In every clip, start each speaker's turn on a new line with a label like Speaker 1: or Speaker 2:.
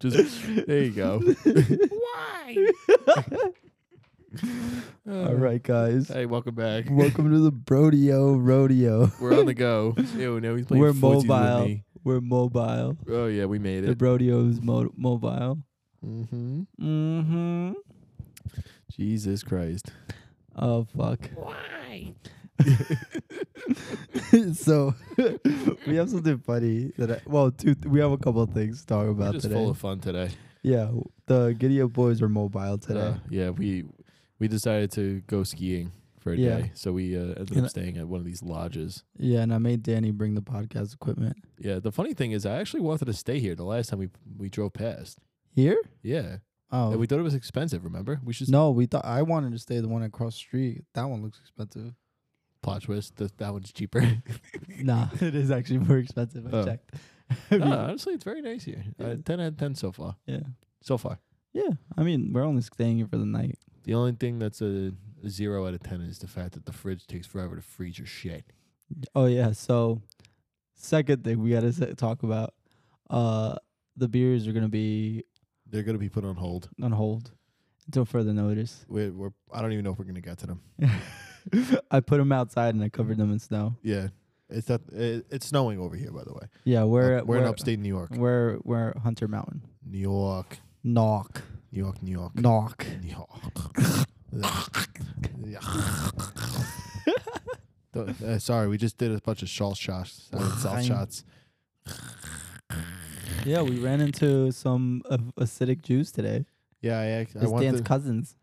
Speaker 1: Just there you go. Why?
Speaker 2: All right, guys.
Speaker 1: Hey, welcome back.
Speaker 2: Welcome to the Brodeo Rodeo.
Speaker 1: We're on the go. Ew, no, he's playing
Speaker 2: We're
Speaker 1: footsie with
Speaker 2: mobile.
Speaker 1: me.
Speaker 2: We're mobile.
Speaker 1: Oh yeah, we made
Speaker 2: The
Speaker 1: it.
Speaker 2: Brodeo is mo- mobile.
Speaker 1: Mm-hmm.
Speaker 2: Mm-hmm.
Speaker 1: Jesus Christ.
Speaker 2: Oh fuck.
Speaker 1: Why?
Speaker 2: so we have something funny that I, well, two we have a couple of things to talk
Speaker 1: We're
Speaker 2: about
Speaker 1: just
Speaker 2: today.
Speaker 1: full of fun today.
Speaker 2: yeah, the Gideo boys are mobile
Speaker 1: But,
Speaker 2: today.
Speaker 1: uh, yeah, we we decided to go skiing for a
Speaker 2: Yeah.
Speaker 1: day, so we uh, ended
Speaker 2: And I-
Speaker 1: up staying at one of these lodges.
Speaker 2: yeah, and I made Danny bring the podcast equipment
Speaker 1: Yeah, the funny thing is, I actually wanted to stay here the last time we we drove past.
Speaker 2: here.
Speaker 1: Yeah,
Speaker 2: Oh
Speaker 1: and we thought it was expensive. Remember, we should
Speaker 2: no, we thought I wanted to stay the one across the street. That one looks expensive.
Speaker 1: plot twist. That that one's cheaper.
Speaker 2: nah, it is actually more expensive. I
Speaker 1: Oh. Uh,
Speaker 2: checked.
Speaker 1: No, honestly, it's very nice here. Uh,
Speaker 2: Yeah.
Speaker 1: ten out of ten so far.
Speaker 2: yeah,
Speaker 1: So far,
Speaker 2: yeah. I mean, we're only staying here for the night.
Speaker 1: the only thing that's a zero out of ten is the fact that the fridge takes forever to freeze your shit.
Speaker 2: Oh yeah. So, second thing we gotta sa- talk about, uh, the beers are gonna be
Speaker 1: They're gonna be put on hold.
Speaker 2: on hold until further notice.
Speaker 1: We're, we're I don't even know if we're gonna get to them.
Speaker 2: I put them outside and I covered them in snow.
Speaker 1: Yeah, it's not, it, it's snowing over here, by the way.
Speaker 2: Yeah, we're
Speaker 1: Uh, we're in upstate New York.
Speaker 2: We're we're at Hunter Mountain.
Speaker 1: New York,
Speaker 2: Knock,
Speaker 1: New York, New York,
Speaker 2: knock.
Speaker 1: New York. Yeah. Don't- uh, sorry, we just did a bunch of salt shots, uh, salt
Speaker 2: Fine.
Speaker 1: shots.
Speaker 2: Yeah, we ran into some uh, acidic Jews today.
Speaker 1: Yeah, I, act- I
Speaker 2: It's
Speaker 1: want
Speaker 2: Dan's
Speaker 1: to-
Speaker 2: cousins.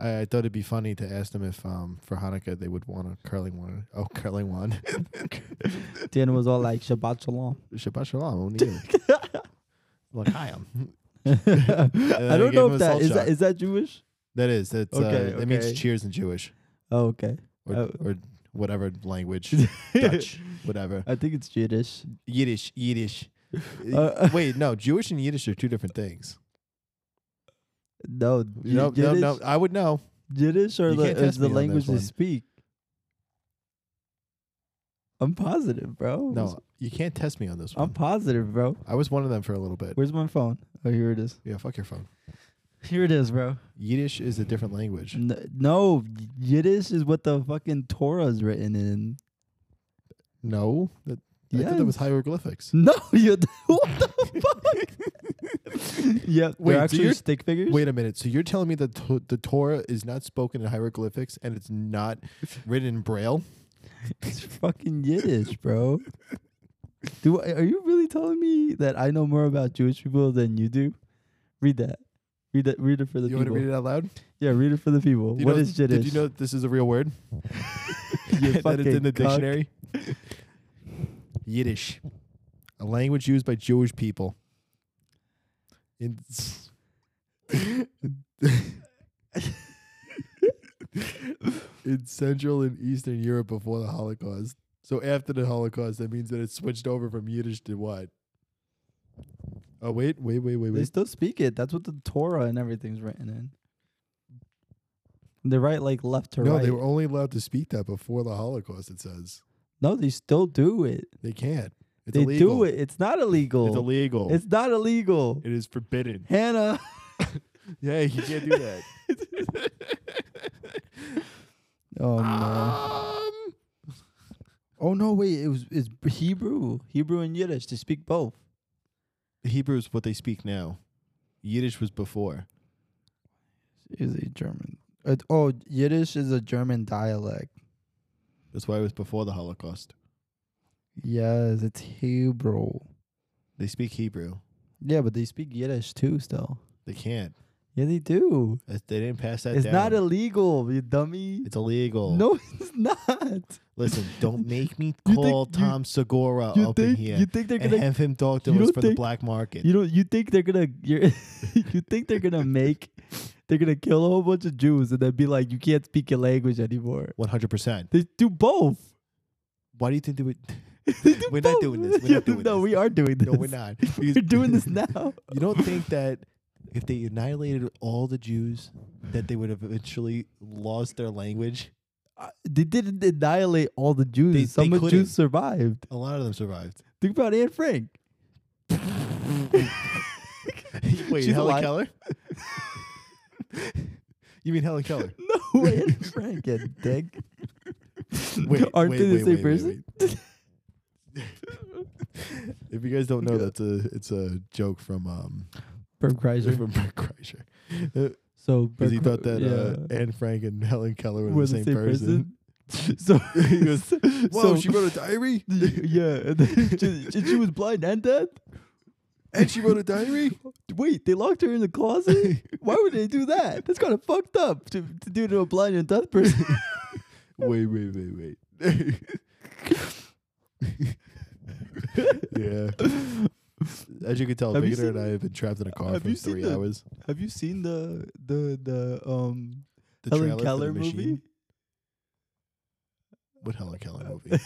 Speaker 1: I, I thought it'd be funny to ask them if um for Hanukkah they would want a curling one. Oh, curling one.
Speaker 2: Dan was all like Shabbat Shalom.
Speaker 1: Shabbat shalom. only you. like I am.
Speaker 2: I
Speaker 1: I
Speaker 2: don't
Speaker 1: gave
Speaker 2: know
Speaker 1: him a
Speaker 2: if that
Speaker 1: salt
Speaker 2: is that
Speaker 1: shot.
Speaker 2: is that Jewish.
Speaker 1: That is. That's
Speaker 2: Okay,
Speaker 1: uh, that means
Speaker 2: okay.
Speaker 1: cheers in Jewish
Speaker 2: Oh, okay.
Speaker 1: or,
Speaker 2: Oh.
Speaker 1: or whatever language, Dutch, whatever.
Speaker 2: I think it's Yiddish.
Speaker 1: Yiddish, Yiddish.
Speaker 2: Uh,
Speaker 1: Wait, no, Jewish and Yiddish are two different things.
Speaker 2: No, Yi-
Speaker 1: No, no,
Speaker 2: Yiddish,
Speaker 1: no. I would know.
Speaker 2: Yiddish or
Speaker 1: You
Speaker 2: the,
Speaker 1: can't
Speaker 2: is
Speaker 1: test
Speaker 2: the
Speaker 1: me on
Speaker 2: language
Speaker 1: this
Speaker 2: they
Speaker 1: one.
Speaker 2: speak. I'm positive, bro.
Speaker 1: No, you can't test me on this
Speaker 2: I'm
Speaker 1: one.
Speaker 2: positive, bro.
Speaker 1: I was one of them for a little bit.
Speaker 2: Where's my phone? Oh, here it is.
Speaker 1: Yeah, fuck your phone.
Speaker 2: Here it is, bro.
Speaker 1: Yiddish is a different language.
Speaker 2: N- No, Yiddish is what the fucking Torah is written in.
Speaker 1: No, that, I thought that was
Speaker 2: Yes.
Speaker 1: hieroglyphics.
Speaker 2: No, you. What the fuck? yeah,
Speaker 1: Wait,
Speaker 2: they're
Speaker 1: so
Speaker 2: actually
Speaker 1: you're-
Speaker 2: stick figures.
Speaker 1: Wait a minute. So you're telling me that to- the Torah is not spoken in hieroglyphics and it's not written in Braille?
Speaker 2: it's fucking Yiddish, bro. Do I, are you really telling me that I know more about Jewish people than you do? Read that. Read that. Read it for the
Speaker 1: you want
Speaker 2: people.
Speaker 1: to read it out loud?
Speaker 2: Yeah, read it for the people.
Speaker 1: Do you
Speaker 2: What
Speaker 1: know-
Speaker 2: is
Speaker 1: Did
Speaker 2: Yiddish?
Speaker 1: you know that this is a real word?
Speaker 2: You
Speaker 1: that it's
Speaker 2: fucking
Speaker 1: in the
Speaker 2: cuck.
Speaker 1: dictionary? Yiddish, a language used by Jewish people. In in Central and Eastern Europe before the Holocaust. So after the Holocaust, that means that it switched over from Yiddish to what? Oh wait, wait, wait, wait,
Speaker 2: They
Speaker 1: wait.
Speaker 2: still speak it. That's what the Torah and everything's written in. They write like left to
Speaker 1: no,
Speaker 2: right.
Speaker 1: they were only allowed to speak that before the Holocaust. It says
Speaker 2: no, they still do it.
Speaker 1: they can't. It's
Speaker 2: they
Speaker 1: illegal.
Speaker 2: do it. It's not illegal.
Speaker 1: It's illegal.
Speaker 2: It's not illegal.
Speaker 1: It is forbidden.
Speaker 2: Hannah.
Speaker 1: Yeah, you can't do that.
Speaker 2: Oh no.
Speaker 1: um,
Speaker 2: Oh no. Wait. It was. It's Hebrew. Hebrew and Yiddish. They speak both.
Speaker 1: Hebrew is what they speak now. Yiddish was before.
Speaker 2: Is a German. Uh, oh, Yiddish is a German dialect.
Speaker 1: That's why it was before the Holocaust.
Speaker 2: Yes, it's Hebrew.
Speaker 1: They speak Hebrew.
Speaker 2: Yeah, but they speak Yiddish too. Still.
Speaker 1: They can't.
Speaker 2: Yeah, they do.
Speaker 1: That's- They didn't pass that
Speaker 2: It's
Speaker 1: down.
Speaker 2: not illegal, you dummy.
Speaker 1: it's Uh, illegal.
Speaker 2: No, it's not.
Speaker 1: Listen, don't make me
Speaker 2: You think-
Speaker 1: call
Speaker 2: you-
Speaker 1: Tom Segura
Speaker 2: You
Speaker 1: up in
Speaker 2: think
Speaker 1: here
Speaker 2: you think they're
Speaker 1: and
Speaker 2: gonna
Speaker 1: have him talk to
Speaker 2: you
Speaker 1: us
Speaker 2: don't
Speaker 1: for the
Speaker 2: think-
Speaker 1: black market.
Speaker 2: you don't you think they're gonna you're, you think they're gonna make they're gonna kill a whole bunch of Jews and then be like you can't speak your language anymore.
Speaker 1: 100%.
Speaker 2: They do both.
Speaker 1: Why do you think they would?
Speaker 2: They do
Speaker 1: We're not
Speaker 2: both.
Speaker 1: doing this. We're
Speaker 2: Yeah,
Speaker 1: not doing
Speaker 2: no,
Speaker 1: this.
Speaker 2: we are doing this.
Speaker 1: No, we're not.
Speaker 2: We're doing this now.
Speaker 1: You don't think that if they annihilated all the Jews, that they would have eventually lost their language?
Speaker 2: Uh, They didn't annihilate all the Jews.
Speaker 1: They-
Speaker 2: Some
Speaker 1: they
Speaker 2: of the
Speaker 1: couldn't.
Speaker 2: Jews survived.
Speaker 1: A lot of them survived.
Speaker 2: Think about Anne Frank. Wait,
Speaker 3: Wait,
Speaker 2: She's
Speaker 3: Helen
Speaker 2: alive?
Speaker 3: Keller? you mean Helen Keller?
Speaker 2: No way, Anne Frank, you dick.
Speaker 3: Wait,
Speaker 2: Aren't
Speaker 3: wait,
Speaker 2: they the
Speaker 3: wait,
Speaker 2: same
Speaker 3: wait, wait,
Speaker 2: person?
Speaker 1: If you guys don't know, that's a it's a joke from um
Speaker 2: Bert Kreischer.
Speaker 1: from Bert Kreischer because
Speaker 2: So Bert
Speaker 1: he
Speaker 2: Kre-
Speaker 1: thought that uh,
Speaker 2: yeah.
Speaker 1: Anne Frank and Helen Keller were, the same, person.
Speaker 2: person. so
Speaker 1: he goes, "Whoa,
Speaker 2: so-
Speaker 1: she wrote a diary,
Speaker 2: yeah, and then she, she- she was blind and dead.
Speaker 1: and she wrote a diary."
Speaker 2: Wait, they locked her in the closet. Why would they do that? That's kind of fucked up to, to do to a blind and deaf person.
Speaker 1: wait, wait, wait, wait. yeah. As you can tell,
Speaker 2: Have you
Speaker 1: Victor and
Speaker 2: seen-
Speaker 1: I have been trapped in a car
Speaker 2: have
Speaker 1: for
Speaker 2: you seen
Speaker 1: three
Speaker 2: the-
Speaker 1: hours.
Speaker 2: Have you seen the the the um
Speaker 1: The
Speaker 2: Helen
Speaker 1: trailer for
Speaker 2: Keller
Speaker 1: the
Speaker 2: movie?
Speaker 1: Machine? What Helen Keller movie?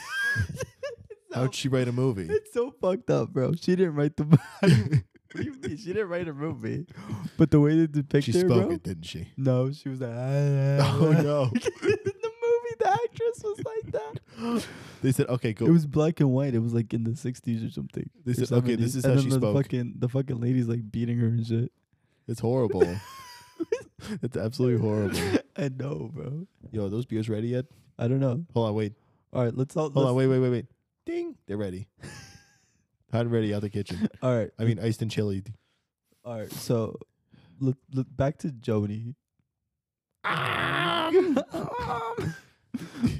Speaker 1: How'd she write a movie?
Speaker 2: It's so fucked up, bro. She didn't write the. How do you- what do you mean? She didn't write a movie, but the way they depict
Speaker 1: She
Speaker 2: her,
Speaker 1: spoke
Speaker 2: bro.
Speaker 1: it, didn't she?
Speaker 2: No, she was like.
Speaker 1: Oh no.
Speaker 2: In the movie, the actress was like that.
Speaker 1: They said, okay, go.
Speaker 2: It was black and white. It was like in the sixties or something.
Speaker 1: They
Speaker 2: or
Speaker 1: said, okay, this is
Speaker 2: 70s. And
Speaker 1: how
Speaker 2: then
Speaker 1: she
Speaker 2: the
Speaker 1: spoke.
Speaker 2: Fucking, the fucking lady's like beating her and shit.
Speaker 1: it's horrible. it's absolutely horrible.
Speaker 2: I know, bro.
Speaker 1: Yo, are those beers ready yet?
Speaker 2: I don't know.
Speaker 1: Hold on, wait.
Speaker 2: All right, let's all.
Speaker 1: Hold on,
Speaker 2: let's-
Speaker 1: wait, wait, wait, wait. Ding. They're ready. Hot and ready out the kitchen.
Speaker 2: All right,
Speaker 1: I mean, iced and chili.
Speaker 2: all right. So, look, look back to Joni. Um,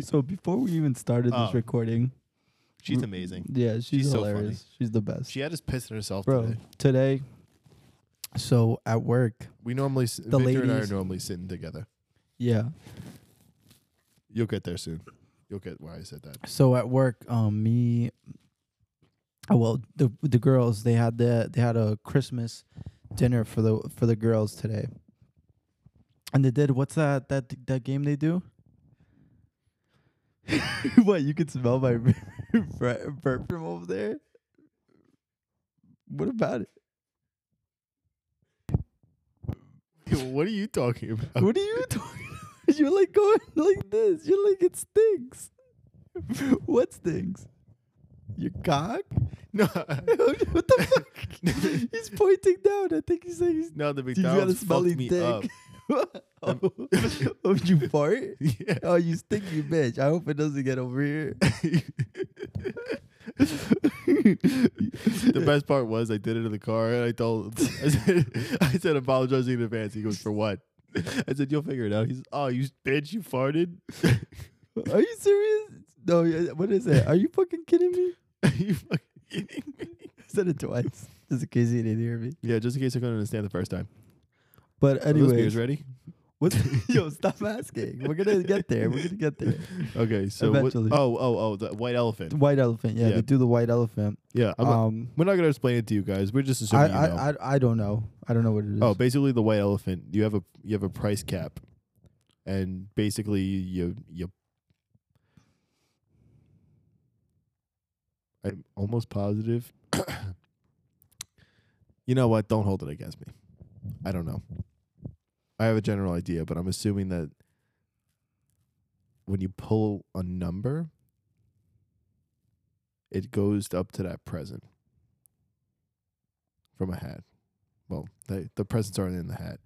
Speaker 2: so before we even started
Speaker 1: Oh.
Speaker 2: this recording,
Speaker 1: She's
Speaker 2: we-
Speaker 1: amazing.
Speaker 2: Mm, Yeah, she's,
Speaker 1: She's so funny.
Speaker 2: hilarious. She's the best,
Speaker 1: She had us pissing herself
Speaker 2: bro.
Speaker 1: today.
Speaker 2: Today, so at work,
Speaker 1: We normally s Victor and I are
Speaker 2: ladies-
Speaker 1: normally sitting together.
Speaker 2: yeah.
Speaker 1: You'll get there soon. You'll get why I said that.
Speaker 2: So at work, um, me, oh, well, the the girls they had the they had a Christmas dinner for the for the girls today, and they did what's that that that game they do? what you can smell my bur- burp from over there? What about it?
Speaker 1: what are you talking about?
Speaker 2: What are you talking? about? You're like going like this. You're like it stinks. what stinks? Your cock?
Speaker 1: No,
Speaker 2: what the fuck? he's pointing down. I think he's saying he's.
Speaker 1: no, the
Speaker 2: You got a
Speaker 1: McDonald's
Speaker 2: smelly
Speaker 1: fucked me up.
Speaker 2: dick. oh, oh, you fart?
Speaker 1: Yeah.
Speaker 2: Oh, you stinky bitch. I hope it doesn't get over here.
Speaker 1: The best part was I did it in the car and I told I said, I said apologizing in advance. He goes, For what? I said, You'll figure it out. He's oh you bitch, you farted.
Speaker 2: Are you serious? No, yeah, what is it? Are you fucking kidding me?
Speaker 1: Are you fucking kidding me?
Speaker 2: I said it twice, just in case you didn't hear me.
Speaker 1: Yeah, just in case I couldn't understand the first time.
Speaker 2: But
Speaker 1: Are those
Speaker 2: anyway,
Speaker 1: beers ready?
Speaker 2: What's yo? Stop asking. We're gonna get there. We're gonna get there.
Speaker 1: Okay, so what, oh
Speaker 2: Eventually.
Speaker 1: oh oh the white elephant.
Speaker 2: The white elephant. Yeah,
Speaker 1: Yeah.
Speaker 2: they do the white elephant.
Speaker 1: Yeah, I'm not,
Speaker 2: Um,
Speaker 1: we're not gonna explain it to you guys. We're just
Speaker 2: I,
Speaker 1: assuming you know.
Speaker 2: I, I I don't know. I don't know what it is.
Speaker 1: Oh, basically the white elephant. You have a you have a price cap, and basically you you. I'm almost positive. you know what? Don't hold it against me. I don't know. I have a general idea, but I'm assuming that when you pull a number, it goes up to that present from a hat. Well, the the presents aren't in the hat.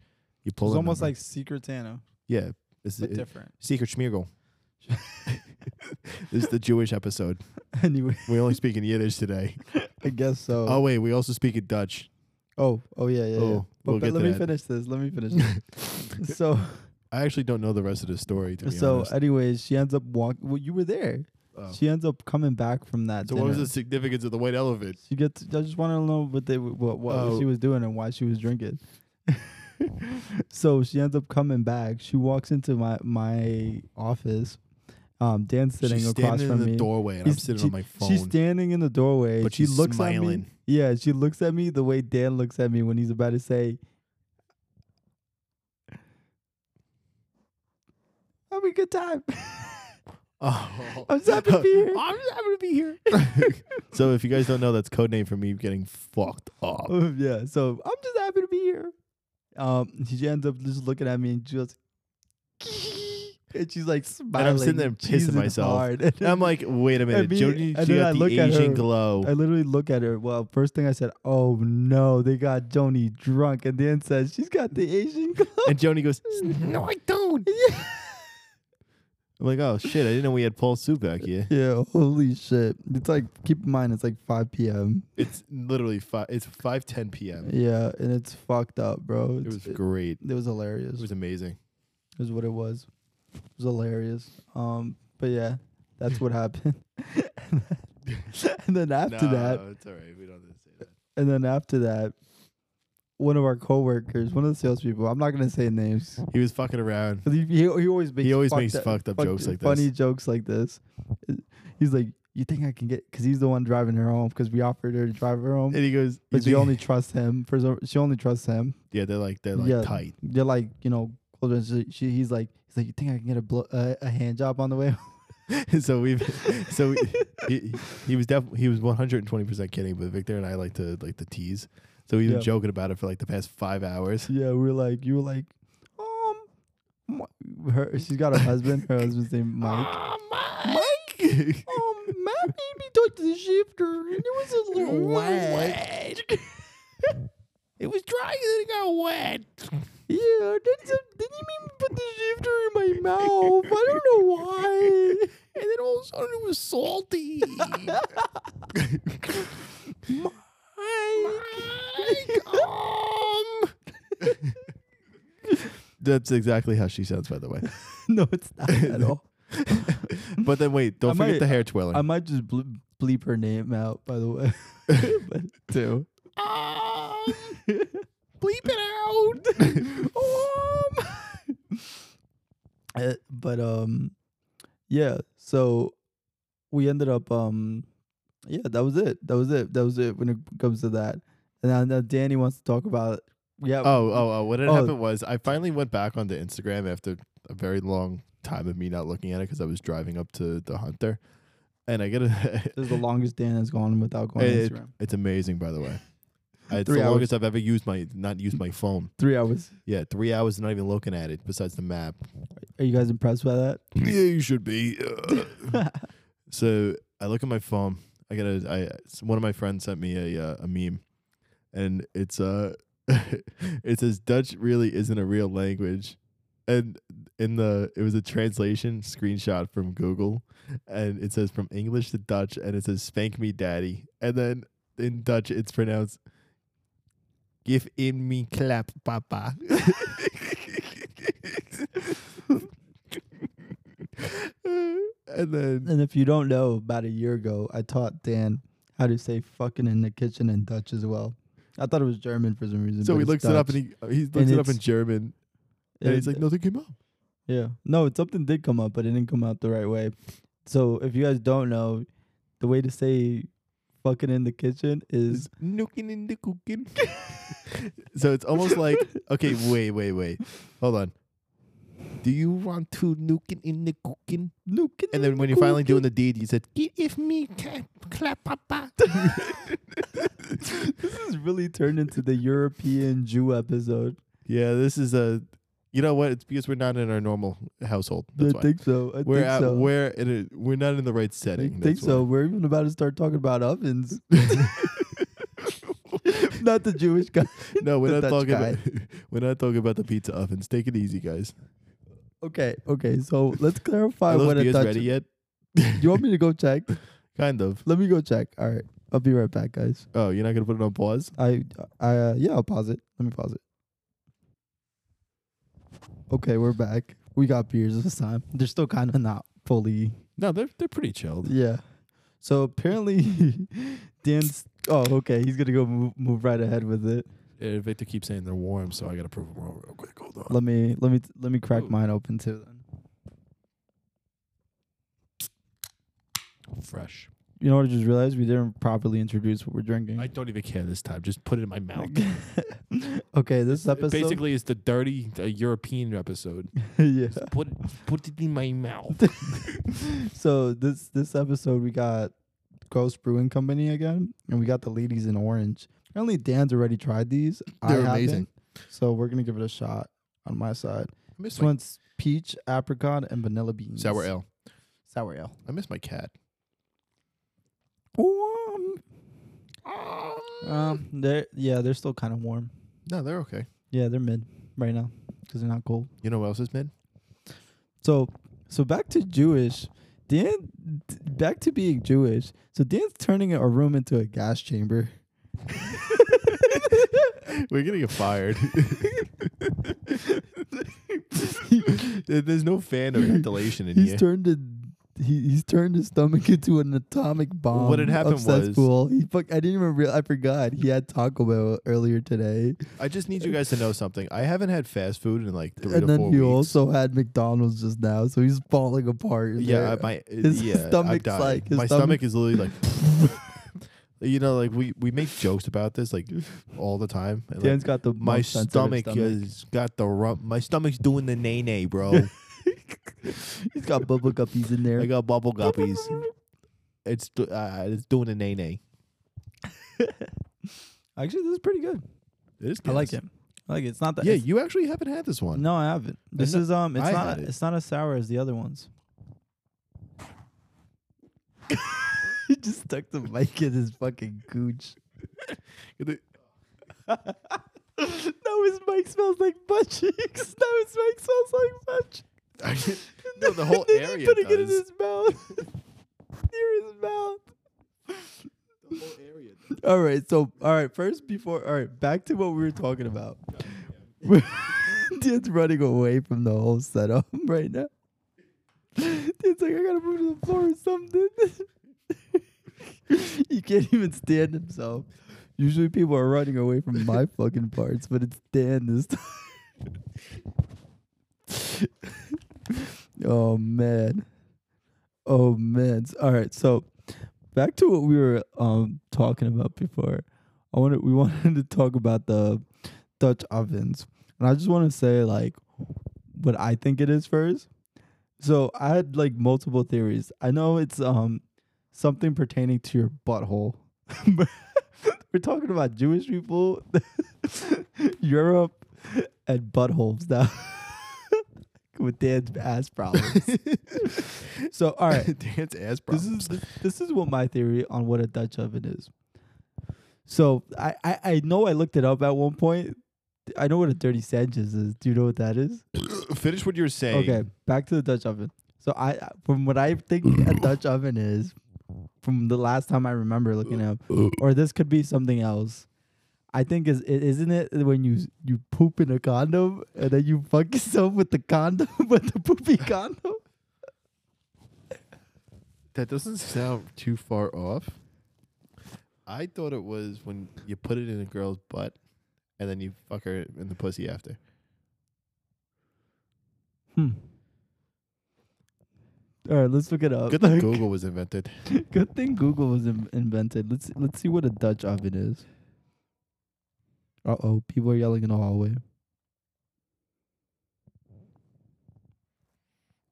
Speaker 1: You pull.
Speaker 2: it's
Speaker 1: a
Speaker 2: almost
Speaker 1: number.
Speaker 2: like Secret Santa,
Speaker 1: yeah, it's,
Speaker 2: but
Speaker 1: it-
Speaker 2: different.
Speaker 1: secret schmiergel. this is the Jewish episode.
Speaker 2: Anyway,
Speaker 1: We only speak in Yiddish today.
Speaker 2: I guess so.
Speaker 1: Oh wait, we also speak in Dutch.
Speaker 2: oh, oh yeah, yeah. yeah.
Speaker 1: Oh,
Speaker 2: but
Speaker 1: we'll
Speaker 2: but
Speaker 1: get
Speaker 2: let
Speaker 1: to
Speaker 2: me
Speaker 1: that.
Speaker 2: finish this. Let me finish. This. so
Speaker 1: I actually don't know the rest of the story. To be
Speaker 2: so
Speaker 1: honest.
Speaker 2: anyways, she ends up walk. Well, you were there.
Speaker 1: Oh.
Speaker 2: She ends up coming back from that.
Speaker 1: So what was
Speaker 2: dinner.
Speaker 1: the significance of the white elephant?
Speaker 2: She gets. I just want to know what they what what
Speaker 1: Oh.
Speaker 2: she was doing and why she was drinking. so she ends up coming back. She walks into my my office. Um, Dan's sitting
Speaker 1: She's
Speaker 2: across
Speaker 1: standing
Speaker 2: from
Speaker 1: in the
Speaker 2: me.
Speaker 1: doorway, and I'm
Speaker 2: He's-
Speaker 1: sitting
Speaker 2: she-
Speaker 1: on my phone.
Speaker 2: She's standing in the doorway.
Speaker 1: But
Speaker 2: she
Speaker 1: she's
Speaker 2: looks at me.
Speaker 1: smiling.
Speaker 2: Yeah, she looks at me the way Dan looks at me when he's about to say, "Have a good time."
Speaker 1: Oh.
Speaker 2: I'm just happy to be here.
Speaker 1: I'm just happy to be here. so if you guys don't know, that's code name for me getting fucked up.
Speaker 2: yeah, so I'm just happy to be here. Um, she ends up just looking at me and just and she's like smiling.
Speaker 1: And I'm sitting there pissing
Speaker 2: cheesing
Speaker 1: myself.
Speaker 2: hard.
Speaker 1: And I'm like, wait a minute,
Speaker 2: mean-
Speaker 1: Jody,
Speaker 2: and
Speaker 1: she
Speaker 2: then I
Speaker 1: got
Speaker 2: look
Speaker 1: the
Speaker 2: at
Speaker 1: Asian
Speaker 2: her.
Speaker 1: glow.
Speaker 2: I literally look at her. Well, first thing I said, "Oh no, they got Joni drunk," and then says, "She's got the Asian glow."
Speaker 1: And Joni goes, No, I don't. I'm like, oh shit, I didn't know we had Paul Sue back here.
Speaker 2: yeah, holy shit! It's like keep in mind, it's like 5 p.m.
Speaker 1: It's literally five it's five ten PM.
Speaker 2: Yeah, and it's fucked up, bro.
Speaker 1: It
Speaker 2: It's-
Speaker 1: was great.
Speaker 2: it was hilarious.
Speaker 1: It was amazing.
Speaker 2: is what it was. It was hilarious. Um, but yeah, that's what happened. and then after that,
Speaker 1: it's all right. We don't have to say that.
Speaker 2: and then after that, one of our coworkers, one of the salespeople, I'm not gonna say names
Speaker 1: He was fucking around.
Speaker 2: because he, he he always makes
Speaker 1: He always
Speaker 2: fucked
Speaker 1: makes
Speaker 2: up-
Speaker 1: fucked up
Speaker 2: fucked-
Speaker 1: jokes like
Speaker 2: funny
Speaker 1: this.
Speaker 2: jokes like this. He's like, "You think I can get?" Because he's the one driving her home. Because we offered her to drive her home,
Speaker 1: And he goes,
Speaker 2: but
Speaker 1: you
Speaker 2: she
Speaker 1: think-
Speaker 2: only trusts him. For some, she only trusts him.
Speaker 1: Yeah, they're like they're like
Speaker 2: Yeah.
Speaker 1: tight.
Speaker 2: They're like, you know, older. She, she he's like, he's like, "You think I can get a blow, uh, a hand job on the way?" home?"
Speaker 1: so we've so we, he, he was definitely he was 120 percent kidding, but Victor and I like to like to tease. So we've been
Speaker 2: Yeah.
Speaker 1: joking about it for like the past five hours.
Speaker 2: Yeah, we were like, you were like, um, Mi- her, she's got her husband. Her husband's named Mike.
Speaker 1: Ah, Mike.
Speaker 2: Um, Matt made me touch the shifter, and it was a little wet.
Speaker 1: it was dry and then it got wet.
Speaker 2: Yeah, that's a, then he made me put the shifter in my mouth. I don't know why.
Speaker 1: And then all of a sudden it was salty. um. That's exactly how she sounds, by the way.
Speaker 2: no, it's not at all.
Speaker 1: But then wait, don't
Speaker 2: I
Speaker 1: forget
Speaker 2: might-
Speaker 1: the hair twirling.
Speaker 2: I might just ble- bleep her name out, by the way. but too.
Speaker 1: Um,
Speaker 2: bleep it out. um, Uh, but um, yeah. So we ended up um, yeah. That was it. That was it. That was it when it comes to that. And now, now Danny wants to talk about yeah.
Speaker 1: oh, oh, oh! What had
Speaker 2: Oh.
Speaker 1: happened was I finally went back onto Instagram after a very long time of me not looking at it because I was driving up to the Hunter, and I get a.
Speaker 2: This is the longest Dan has gone without going
Speaker 1: it-
Speaker 2: on Instagram.
Speaker 1: it's amazing, by the way. It's
Speaker 2: Three
Speaker 1: the longest I've ever used my not used my phone.
Speaker 2: Three hours.
Speaker 1: Yeah, three hours not even looking at it besides the map.
Speaker 2: Are you guys impressed by that?
Speaker 1: yeah, you should be. Uh. so I look at my phone. I got a. I s- one of my friends sent me a uh, a meme, and it's uh it says Dutch really isn't a real language, and in the it was a translation screenshot from Google, and it says from English to Dutch, and it says spank me daddy, and then in Dutch it's pronounced. Give in me clap, papa. and then
Speaker 2: And if you don't know, about a year ago, I taught Dan how to say "fucking" in the kitchen in Dutch as well. I thought it was German for some reason.
Speaker 1: So
Speaker 2: but
Speaker 1: he
Speaker 2: it's
Speaker 1: looks it up
Speaker 2: Dutch.
Speaker 1: and he uh, he looks
Speaker 2: And
Speaker 1: it up in
Speaker 2: it's-
Speaker 1: German and he's
Speaker 2: It-
Speaker 1: like, nothing came up.
Speaker 2: Yeah. No, it, something did come up, but it didn't come out the right way. So if you guys don't know, the way to say fucking in the kitchen is
Speaker 1: It's nooking in the cooking. so it's almost like okay, wait, wait, wait, hold on. Do you want to nuking in the cooking?
Speaker 2: nuking.
Speaker 1: And then when you're finally doing the deed, you said, "Give me clap, clap, papa."
Speaker 2: this is really turned into the European Jew episode.
Speaker 1: yeah, this is a. You know what? It's because we're not in our normal household. That's
Speaker 2: I
Speaker 1: why
Speaker 2: think so. I
Speaker 1: we're
Speaker 2: think
Speaker 1: at
Speaker 2: so.
Speaker 1: we're in a, we're not in the right
Speaker 2: I
Speaker 1: setting.
Speaker 2: think
Speaker 1: that's
Speaker 2: so.
Speaker 1: why.
Speaker 2: We're even about to start talking about ovens. Not the Jewish guy.
Speaker 1: No, we're
Speaker 2: The
Speaker 1: not
Speaker 2: Dutch
Speaker 1: talking.
Speaker 2: guy.
Speaker 1: About, we're not talking about the pizza ovens. Take it easy, guys.
Speaker 2: Okay, okay. So let's clarify
Speaker 1: Are those
Speaker 2: what a
Speaker 1: beers
Speaker 2: Dutch.
Speaker 1: ready yet?
Speaker 2: You want me to go check?
Speaker 1: kind of.
Speaker 2: Let me go check. All right, I'll be right back, guys.
Speaker 1: Oh, you're not gonna put it on pause?
Speaker 2: I, I, uh, yeah, I'll pause it. Let me pause it. Okay, we're back. We got beers this time. They're still kind of not fully.
Speaker 1: No, they're they're pretty chilled.
Speaker 2: Yeah. So apparently, Dan's. Oh, okay. He's gonna go move, move right ahead with it.
Speaker 1: Uh, Victor keeps saying they're warm, so I gotta prove him wrong real quick. Hold on.
Speaker 2: Let me, let me, let me crack mine open too. Then
Speaker 1: Fresh.
Speaker 2: you know what I just realized? We didn't properly introduce what we're drinking.
Speaker 1: I don't even care this time. Just put it in my mouth.
Speaker 2: okay, this
Speaker 1: It
Speaker 2: episode.
Speaker 1: basically, it's the dirty uh, European episode.
Speaker 2: yeah.
Speaker 1: Put put it in my mouth.
Speaker 2: So this this episode we got Ghost Brewing Company again, and we got the ladies in orange. Apparently Dan's already tried these. I
Speaker 1: They're
Speaker 2: haven't,
Speaker 1: amazing.
Speaker 2: So we're gonna give it a shot on my side.
Speaker 1: I miss
Speaker 2: This
Speaker 1: my
Speaker 2: one's peach, apricot, and vanilla beans.
Speaker 1: sour ale.
Speaker 2: Sour ale.
Speaker 1: I miss my cat.
Speaker 2: Um, um, they're yeah, they're still kind of warm.
Speaker 1: no, they're okay.
Speaker 2: Yeah, they're mid right now because they're not cold.
Speaker 1: You know what else is mid?
Speaker 2: So, so back to Jewish. Dan, d- back to being Jewish. So Dan's turning a room into a gas chamber.
Speaker 1: We're gonna get fired. There- There's no fan of ventilation in
Speaker 2: he's
Speaker 1: here.
Speaker 2: turned a, he, he's turned his stomach into an atomic bomb.
Speaker 1: What had happened
Speaker 2: of
Speaker 1: was-
Speaker 2: cesspool. he fuck, I didn't even real I forgot he had Taco Bell earlier today,
Speaker 1: I just need you guys to know something. I haven't had fast food in like three
Speaker 2: and
Speaker 1: to
Speaker 2: then
Speaker 1: four
Speaker 2: you
Speaker 1: weeks.
Speaker 2: also had McDonald's just now. So he's falling apart. in
Speaker 1: yeah,
Speaker 2: there.
Speaker 1: I- my
Speaker 2: His
Speaker 1: yeah, I'm
Speaker 2: stomach's
Speaker 1: dying.
Speaker 2: like- his
Speaker 1: my
Speaker 2: stomach-
Speaker 1: stomach is literally like. You know, like we, we make jokes about this like all the time. and, like,
Speaker 2: Dan's got the
Speaker 1: my
Speaker 2: most sensitive
Speaker 1: stomach, has got the rump. My stomach's doing the nay nay, bro.
Speaker 2: He's got bubble guppies in there.
Speaker 1: I got bubble guppies. It's do- uh, it's doing the nay nay.
Speaker 2: Actually, this is pretty good.
Speaker 1: It is.
Speaker 2: I like
Speaker 1: nice.
Speaker 2: it. I like it. It's not that.
Speaker 1: Yeah,
Speaker 2: it's-
Speaker 1: you actually haven't had this one.
Speaker 2: no, I haven't. This
Speaker 1: know-
Speaker 2: is um. It's
Speaker 1: I
Speaker 2: not.
Speaker 1: had it.
Speaker 2: It's not as sour as the other ones. he just stuck the mic in his fucking gooch.
Speaker 1: No.
Speaker 2: now his mic smells like butt cheeks. Now his mic smells like butt cheeks.
Speaker 1: no, the whole
Speaker 2: Then he
Speaker 1: area
Speaker 2: putting it in
Speaker 1: does.
Speaker 2: his mouth. Near his mouth.
Speaker 1: The whole area.
Speaker 2: All right, so all right, first before all right, back to what we were talking about. Dan's running away from the whole setup right now. Dan's like, I gotta move to the floor or something. he can't even stand himself. Usually people are running away from my fucking parts, but it's Dan this time. oh man. Oh man. All right, so back to what we were um talking about before. I wanted we wanted to talk about the Dutch ovens, and I just want to say like what I think it is first. So I had like multiple theories. I know it's um something pertaining to your butthole. we're talking about Jewish people, Europe, and buttholes now. With Dan's ass problems. so all right,
Speaker 1: Dan's ass
Speaker 2: this
Speaker 1: problems.
Speaker 2: is this is what my theory on what a Dutch oven is. So I, I, I know I looked it up at one point. I know what a dirty Sanchez is. Do you know what that is?
Speaker 1: Finish what you're saying.
Speaker 2: Okay, back to the Dutch oven. So I I- from what I think a Dutch oven is, from the last time I remember looking up, or this could be something else. I think is i- isn't it when you s- you poop in a condom and then you fuck yourself with the condom with the poopy condom?
Speaker 1: That doesn't sound too far off. I thought it was when you put it in a girl's butt and then you fuck her in the pussy after.
Speaker 2: Hmm. All right, let's look it up.
Speaker 1: Good thing Google was invented.
Speaker 2: Good thing Google was in- invented. Let's let's see what a Dutch oven is. Uh oh, people are yelling in the hallway.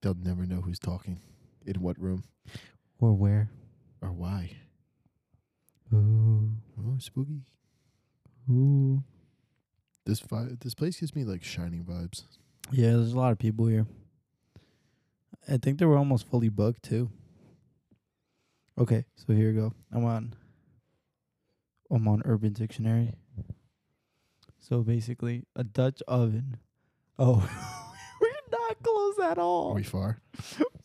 Speaker 1: They'll never know who's talking, in what room,
Speaker 2: Or where?
Speaker 1: or why.
Speaker 2: Ooh,
Speaker 1: Oh, spooky.
Speaker 2: ooh.
Speaker 1: This vi- this place gives me like shining vibes.
Speaker 2: Yeah, there's a lot of people here. I think they were almost fully booked too. Okay, so here we go. I'm on. I'm on Urban Dictionary. So basically, a Dutch oven. Oh, we're not close at all.
Speaker 1: Are we far?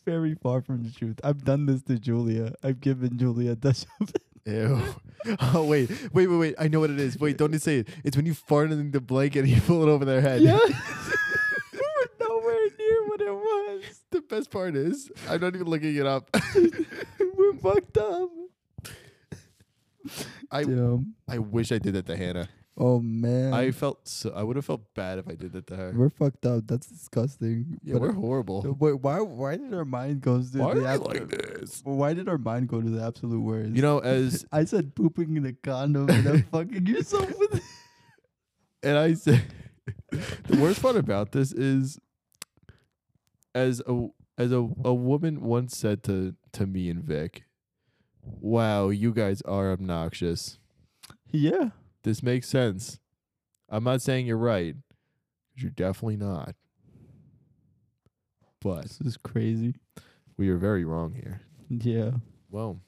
Speaker 2: very far from the truth. I've done this to Julia. I've given Julia Dutch
Speaker 1: Ew. oh wait, wait, wait, wait. I know what it is. Wait, don't say it. It's when you fart in the blanket and you pull it over their head.
Speaker 2: Yeah. we were nowhere near what it was.
Speaker 1: The best part is I'm not even looking it up.
Speaker 2: we're fucked up.
Speaker 1: I
Speaker 2: Damn.
Speaker 1: I wish I did that to Hannah.
Speaker 2: Oh man.
Speaker 1: I felt so. I would have felt bad if I did that to her.
Speaker 2: we're fucked up. That's disgusting.
Speaker 1: Yeah, we're horrible.
Speaker 2: wait, why why did our mind go to
Speaker 1: Why are
Speaker 2: the
Speaker 1: we like
Speaker 2: absolute
Speaker 1: this?
Speaker 2: why did our mind go to the absolute worst?
Speaker 1: You know, as
Speaker 2: I said pooping in a condom and then fucking yourself with
Speaker 1: and I said, the worst part about this is, as a as a, a woman once said to to me and Vic, "Wow, you guys are obnoxious.
Speaker 2: Yeah.
Speaker 1: This makes sense. I'm not saying you're right, 'cause you're definitely not.
Speaker 4: But
Speaker 2: This is crazy.
Speaker 1: We are very wrong here.
Speaker 2: Yeah.
Speaker 1: Well,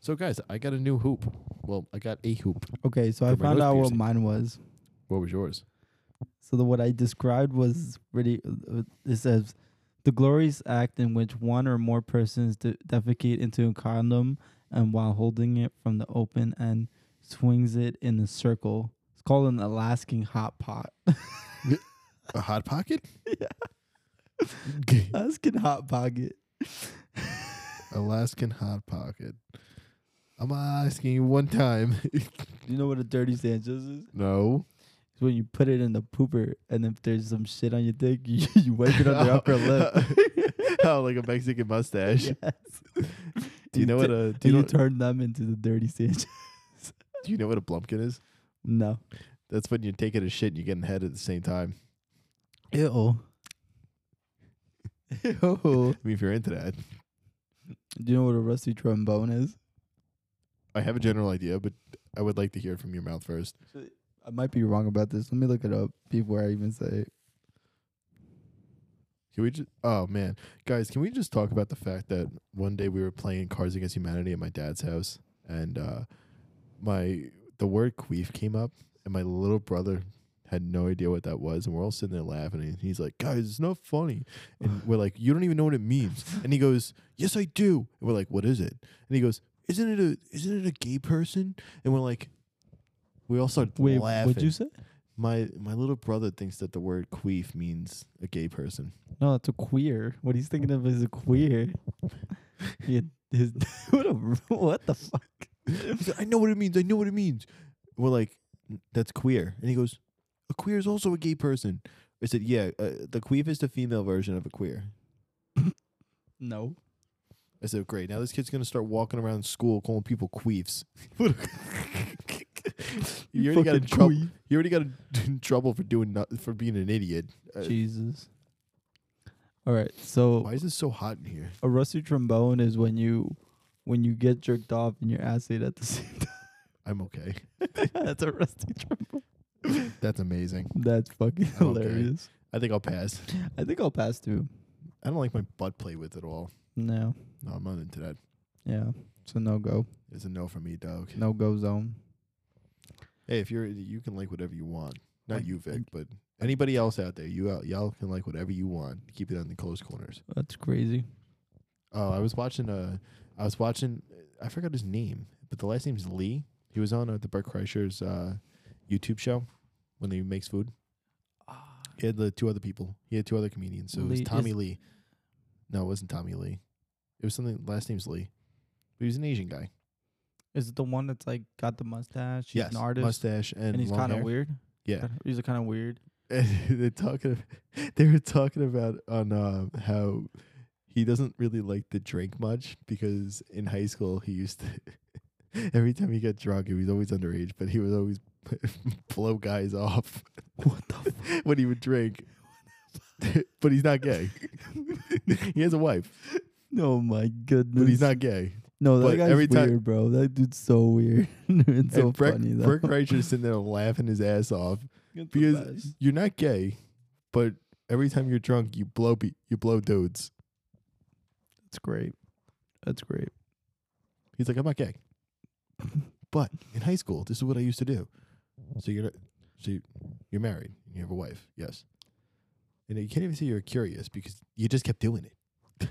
Speaker 1: so guys, I got a new hoop. Well, I got a hoop.
Speaker 2: Okay, so
Speaker 1: For
Speaker 2: I
Speaker 1: my
Speaker 2: found
Speaker 1: nose
Speaker 2: out what
Speaker 1: piercing.
Speaker 2: mine was.
Speaker 1: What was yours?
Speaker 2: So the, what I described was really uh, uh, it says the glorious act in which one or more persons de- defecate into a condom and while holding it from the open and swings it in a circle. It's called an Alaskan hot pot.
Speaker 1: A hot pocket?
Speaker 2: Alaskan hot pocket.
Speaker 1: Alaskan hot pocket. I'm asking you one time.
Speaker 2: You know what a dirty Sanchez is?
Speaker 1: no.
Speaker 2: It's when you put it in the pooper and if there's some shit on your dick, you, you wipe it on your upper lip.
Speaker 1: oh, like a Mexican mustache.
Speaker 2: Yes.
Speaker 1: Do you know what
Speaker 2: ta-
Speaker 1: a do
Speaker 2: and
Speaker 1: you
Speaker 2: you
Speaker 1: know,
Speaker 2: turn them into the dirty Sanchez?
Speaker 1: do you know what a blumpkin is?
Speaker 2: No.
Speaker 1: That's when you're taking a shit and you're getting head at the same time.
Speaker 2: Ew. Ew.
Speaker 1: I mean, if you're into that,
Speaker 2: Do you know what a rusty trombone is?
Speaker 1: I have a general idea, but I would like to hear it from your mouth first.
Speaker 2: I might be wrong about this. Let me look it up before I even say it.
Speaker 1: Can we just? Oh man, guys, can we just talk about the fact that one day we were playing Cards Against Humanity at my dad's house, and uh, my the word queef came up, and my little brother had no idea what that was, and we're all sitting there laughing, and he's like, "Guys, it's not funny," and we're like, "You don't even know what it means," and he goes, "Yes, I do," and we're like, "What is it?" and he goes, "Isn't it a isn't it a gay person?" and we're like, we all start
Speaker 2: Wait,
Speaker 1: laughing.
Speaker 2: what'd you say?
Speaker 1: My my little brother thinks that the word queef means a gay person.
Speaker 2: No, that's a queer. What he's thinking of is a queer. he had his, what, a, what the fuck?
Speaker 1: He's like, I know what it means. I know what it means. We're like, "N- that's queer. And he goes, a queer is also a gay person. I said, yeah, uh, the queef is the female version of a queer.
Speaker 2: No.
Speaker 1: I said, great. Now this kid's going to start walking around school calling people queefs. you, already got in
Speaker 2: fucking
Speaker 1: trouble.
Speaker 2: queef.
Speaker 1: you already got in- in trouble for doing no- for being an idiot. Uh,
Speaker 2: Jesus. All right. So
Speaker 1: why is this so hot in here?
Speaker 2: a rusty trombone is when you when you get jerked off and your ass ate at the same
Speaker 1: I'm okay.
Speaker 2: time. that's a rusty trombone.
Speaker 1: That's amazing.
Speaker 2: That's fucking
Speaker 1: I'm okay.
Speaker 2: hilarious.
Speaker 1: I think I'll pass.
Speaker 2: I think I'll pass through.
Speaker 1: I don't like my butt play with it all.
Speaker 2: No.
Speaker 1: No, I'm not into that.
Speaker 2: Yeah. So no go.
Speaker 1: It's a no for me, dog.
Speaker 2: No go zone.
Speaker 1: Hey, if you're you can like whatever you want. Not
Speaker 2: Like-
Speaker 1: you, Vic, but anybody else out there, you out y'all can like whatever you want. Keep it on the close corners.
Speaker 2: That's crazy.
Speaker 1: Oh, I was watching uh I was watching I forgot his name, but the last name's Lee. He was on uh, the Bert Kreischer's uh YouTube show when he makes food. He had the two other people. He had two other comedians. So it was
Speaker 2: Lee-
Speaker 1: Tommy
Speaker 2: is-
Speaker 1: Lee. No, it wasn't Tommy Lee. It was something last name's Lee. But he was an Asian guy.
Speaker 2: Is it the one that's like got the mustache? He's
Speaker 1: yes.
Speaker 2: an artist.
Speaker 1: Mustache and,
Speaker 2: and he's
Speaker 1: long
Speaker 2: kind of
Speaker 1: hair.
Speaker 2: weird.
Speaker 1: Yeah.
Speaker 2: Kinda- He's kind of weird.
Speaker 1: and they're talking ab- they were talking about on um, how he doesn't really like to drink much because in high school he used to every time he got drunk he was always underage but he would always blow guys off
Speaker 2: What the fuck?
Speaker 1: when he would drink but he's not gay he has a wife
Speaker 2: Oh my goodness.
Speaker 1: but he's not gay
Speaker 2: No, that
Speaker 1: but
Speaker 2: guy's
Speaker 1: every time-
Speaker 2: weird, bro. That dude's so weird. it's so
Speaker 1: and Brick,
Speaker 2: funny though.
Speaker 1: Brick Reicher's sitting there laughing his ass off
Speaker 2: It's the best.
Speaker 1: because you're not gay but every time you're drunk you blow pe- you blow dudes
Speaker 2: That's great. That's great.
Speaker 1: He's like, I'm not gay. But in high school, this is what I used to do. So you're not- so you- you're married and you have a wife, yes. And you can't even say you're curious because you just kept doing it.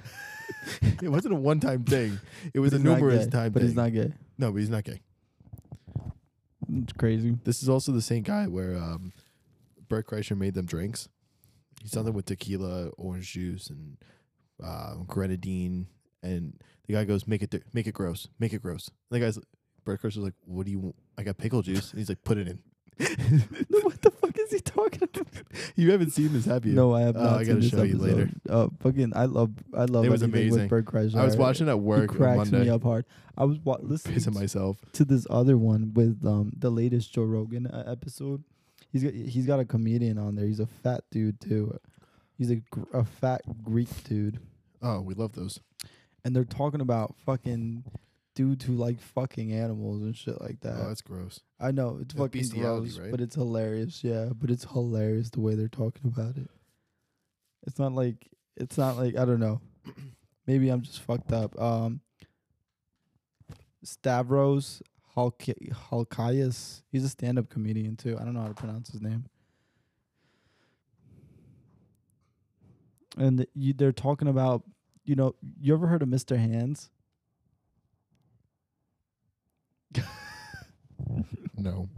Speaker 1: it wasn't a one time thing. It was
Speaker 2: But
Speaker 1: a
Speaker 2: he's not
Speaker 1: numerous
Speaker 2: gay,
Speaker 1: time
Speaker 2: But
Speaker 1: thing.
Speaker 2: he's not gay.
Speaker 1: no, but he's not gay.
Speaker 2: It's crazy.
Speaker 1: This is also the same guy where um Bert Kreischer made them drinks. He's done them with tequila, orange juice, and uh, grenadine. And the guy goes, "Make it, di- make it gross, make it gross." And the guy's Bert Kreischer's like, "What do you? want? I got pickle juice." And he's like, "Put it in."
Speaker 2: what the fuck is he talking about?
Speaker 1: You haven't seen this, have you?
Speaker 2: No, I have
Speaker 1: Oh,
Speaker 2: not.
Speaker 1: I
Speaker 2: seen
Speaker 1: gotta
Speaker 2: this
Speaker 1: show you later.
Speaker 2: episode. Uh, fucking, I love, I love.
Speaker 1: It was
Speaker 2: anything
Speaker 1: amazing.
Speaker 2: With Bert Kreischer.
Speaker 1: I was watching at
Speaker 2: He
Speaker 1: work on
Speaker 2: cracks
Speaker 1: Monday,
Speaker 2: me up hard. I was wa- listening
Speaker 1: pissing
Speaker 2: to-
Speaker 1: myself.
Speaker 2: to this other one with um the latest Joe Rogan uh, episode. He's got he's got a comedian on there. He's a fat dude too. He's a gr- a fat Greek dude,
Speaker 1: Oh, we love those.
Speaker 2: and they're talking about fucking dudes who like fucking animals and shit like that.
Speaker 1: oh, that's gross.
Speaker 2: I know it's
Speaker 1: That's
Speaker 2: fucking
Speaker 1: bestiality,
Speaker 2: gross,
Speaker 1: right?
Speaker 2: but it's hilarious. Yeah, but it's hilarious the way they're talking about it. It's not like It's not like I don't know. Maybe I'm just fucked up. Um, Stavros Halki- Halkias. He's a stand-up comedian too. I don't know how to pronounce his name. And you, they're talking about, you know, you ever heard of Mr. Hands?
Speaker 4: No.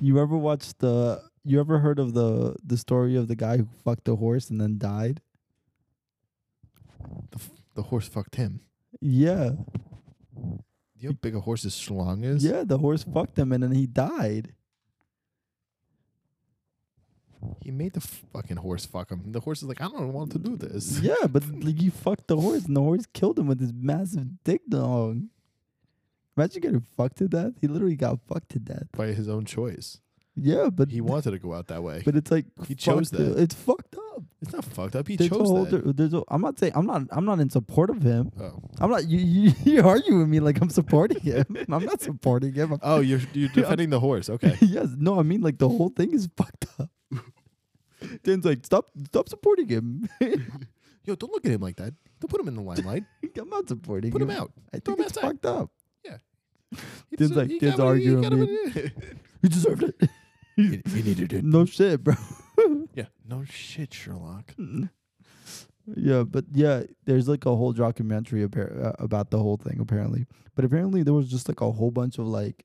Speaker 2: You ever watched the? You ever heard of the the story of the guy who fucked a horse and then died?
Speaker 1: The, f- the horse fucked him.
Speaker 2: Yeah,
Speaker 1: Do you know how big a horse's schlong is?
Speaker 2: yeah. The horse fucked him and then he died.
Speaker 1: He made the fucking horse fuck him. The horse is like, I don't want to do this.
Speaker 2: Yeah, but like you fucked the horse, and the horse killed him with his massive dick dong. Imagine getting fucked to death. He literally got fucked to death.
Speaker 1: By his own choice.
Speaker 2: Yeah, but
Speaker 1: He wanted to go out that way.
Speaker 2: But it's like
Speaker 1: He chose
Speaker 2: fucked up.
Speaker 1: that.
Speaker 2: It's fucked up.
Speaker 1: it's not fucked up. He
Speaker 2: There's a
Speaker 1: chose
Speaker 2: whole
Speaker 1: that.
Speaker 2: di- there's a, I'm not saying I'm not. I'm not in support of him.
Speaker 1: oh.
Speaker 2: I'm not. You you, you argue with me like I'm supporting him. I'm not supporting him. I'm-
Speaker 1: Oh, you're you're defending the horse. Okay.
Speaker 2: yes. No, I mean like the whole thing is fucked up. Dan's like, stop, stop supporting him.
Speaker 1: Yo, don't look at him like that. Don't put him in the limelight.
Speaker 2: I'm not supporting
Speaker 1: Put
Speaker 2: him.
Speaker 1: him out.
Speaker 2: I
Speaker 1: Throw
Speaker 2: think
Speaker 1: him
Speaker 2: it's
Speaker 1: outside.
Speaker 2: fucked up.
Speaker 1: He
Speaker 2: Dude's
Speaker 1: deserve-
Speaker 2: like-
Speaker 1: he
Speaker 2: dude's
Speaker 1: got what he- he
Speaker 2: arguing
Speaker 1: got
Speaker 2: with
Speaker 1: him
Speaker 2: You deserved it.
Speaker 1: in- you needed it.
Speaker 2: no shit, bro.
Speaker 1: Yeah. No shit, Sherlock.
Speaker 2: yeah, but yeah, there's like a whole documentary appar- uh, about the whole thing apparently. But apparently there was just like a whole bunch of like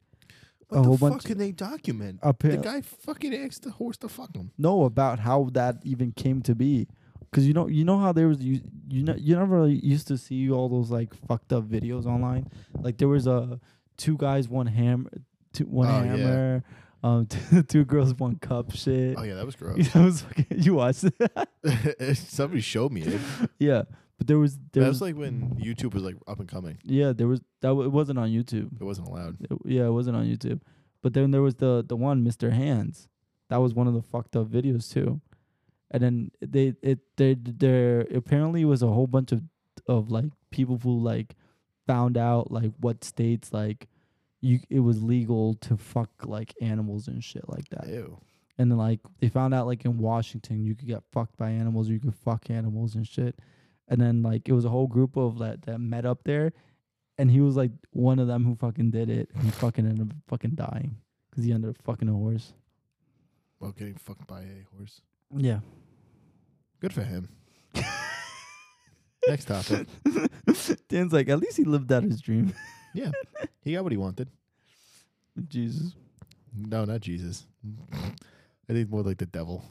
Speaker 1: What
Speaker 2: a whole
Speaker 1: the fuck
Speaker 2: bunch. Oh,
Speaker 1: can they document?
Speaker 2: appa-
Speaker 1: The guy fucking asked the horse to fuck him.
Speaker 2: know about how that even came to be. Cause you know you know how there was you you know you never really used to see all those like fucked up videos online. Like there was a uh, two guys one hammer, two, one
Speaker 1: Oh, yeah.
Speaker 2: hammer, um, two, girls one cup shit.
Speaker 1: Oh yeah, that was gross.
Speaker 2: That was fucking- you watched it,
Speaker 1: Somebody showed me it.
Speaker 2: yeah. But there was there
Speaker 1: that
Speaker 2: was
Speaker 1: was like when YouTube was like up and coming.
Speaker 2: yeah there was that w- it wasn't on YouTube.
Speaker 1: It wasn't allowed.
Speaker 2: It, yeah, it wasn't on YouTube. But then there was the the one Mr. Hands. That was one of the fucked up videos too. And then they it they there apparently was a whole bunch of of like people who like found out like what states like you it was legal to fuck like animals and shit like that.
Speaker 1: Ew.
Speaker 2: And then like they found out like in Washington you could get fucked by animals, you could fuck animals and shit. And then like it was a whole group of that that met up there, and he was like one of them who fucking did it. And he fucking ended up fucking dying because he ended up fucking a horse.
Speaker 1: Well, getting fucked by a horse.
Speaker 2: Yeah.
Speaker 1: Good for him. Next topic.
Speaker 2: Dan's like, at least he lived out his dream.
Speaker 1: Yeah, he got what he wanted.
Speaker 2: Jesus.
Speaker 1: No, not Jesus. I think more like the devil.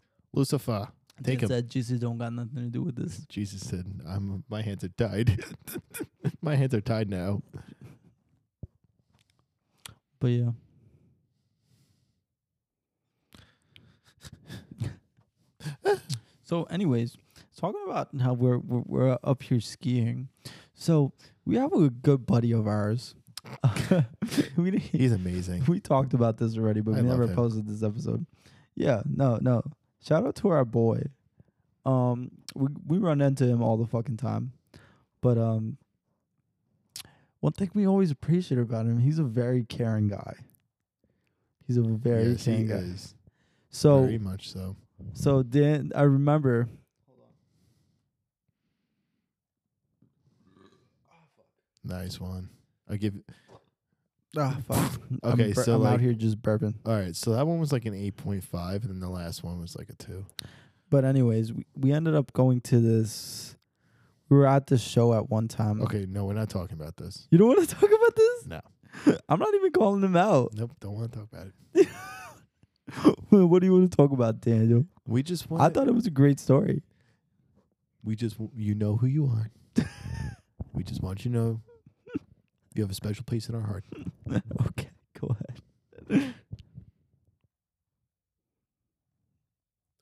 Speaker 1: Lucifer, take
Speaker 2: Dan
Speaker 1: him.
Speaker 2: said Jesus don't got nothing to do with this.
Speaker 1: Jesus said, "I'm my hands are tied. my hands are tied now."
Speaker 2: But yeah. so, anyways, talking about how we're, we're we're up here skiing. So we have a good buddy of ours. we didn't-
Speaker 1: He's amazing.
Speaker 2: we talked about this already, but
Speaker 1: I
Speaker 2: we
Speaker 1: love
Speaker 2: never
Speaker 1: him.
Speaker 2: posted this episode. Yeah, no, no. Shout out to our boy. Um, we we run into him all the fucking time, but um, one thing we always appreciate about him, he's a very caring guy. He's a very
Speaker 1: yes, he
Speaker 2: caring guy.
Speaker 1: is.
Speaker 2: So
Speaker 1: Very much so.
Speaker 2: so Dan, I remember.
Speaker 1: Nice one. I give.
Speaker 2: Ah, fuck.
Speaker 1: Okay,
Speaker 2: I'm, bur-
Speaker 1: so,
Speaker 2: I'm out
Speaker 1: like-
Speaker 2: here just burping.
Speaker 1: All right, so that one was like an eight point five, and then the last one was like a two.
Speaker 2: But anyways, we, we ended up going to this. We were at this show at one time.
Speaker 1: Okay, no, we're not talking about this.
Speaker 2: You don't want to talk about this?
Speaker 1: Mm. No.
Speaker 2: I'm not even calling him out.
Speaker 1: Nope, don't want to talk about it.
Speaker 2: what do you want to talk about, Daniel?
Speaker 1: We just want.
Speaker 2: I thought it was a great story.
Speaker 1: we just w- you know who you are. we just want you to know you have a special place in our heart.
Speaker 2: okay, go ahead.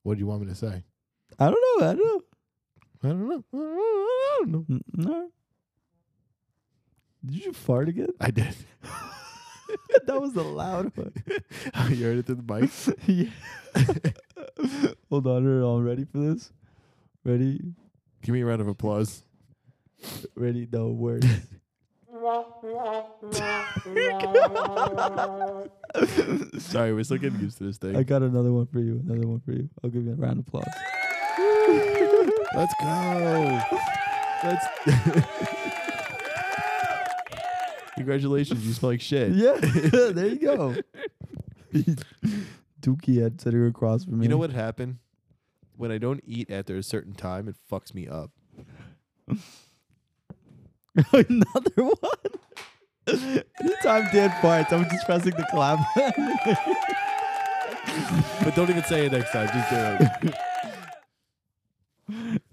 Speaker 1: What do you want me to say?
Speaker 2: I don't know. I don't
Speaker 1: I don't know. I don't know. I don't know.
Speaker 2: know. Mm, No. Did you fart again?
Speaker 1: I did.
Speaker 2: that was a loud one.
Speaker 1: you heard it through the mic.
Speaker 2: yeah. Hold on, are all ready for this? Ready?
Speaker 1: Give me a round of applause.
Speaker 2: Ready? No words.
Speaker 1: Sorry, we're still getting used to this thing.
Speaker 2: I got another one for you. Another one for you. I'll give you a round of applause.
Speaker 1: Let's go. Let's.
Speaker 4: Congratulations, you smell like shit.
Speaker 2: Yeah, there you go. Dookie had sitting across from me.
Speaker 4: You know what happened? When I don't eat after a certain time, it fucks me up.
Speaker 2: Another one. Anytime Dan farts, I'm just pressing the clap.
Speaker 1: But don't even say it next time. Just do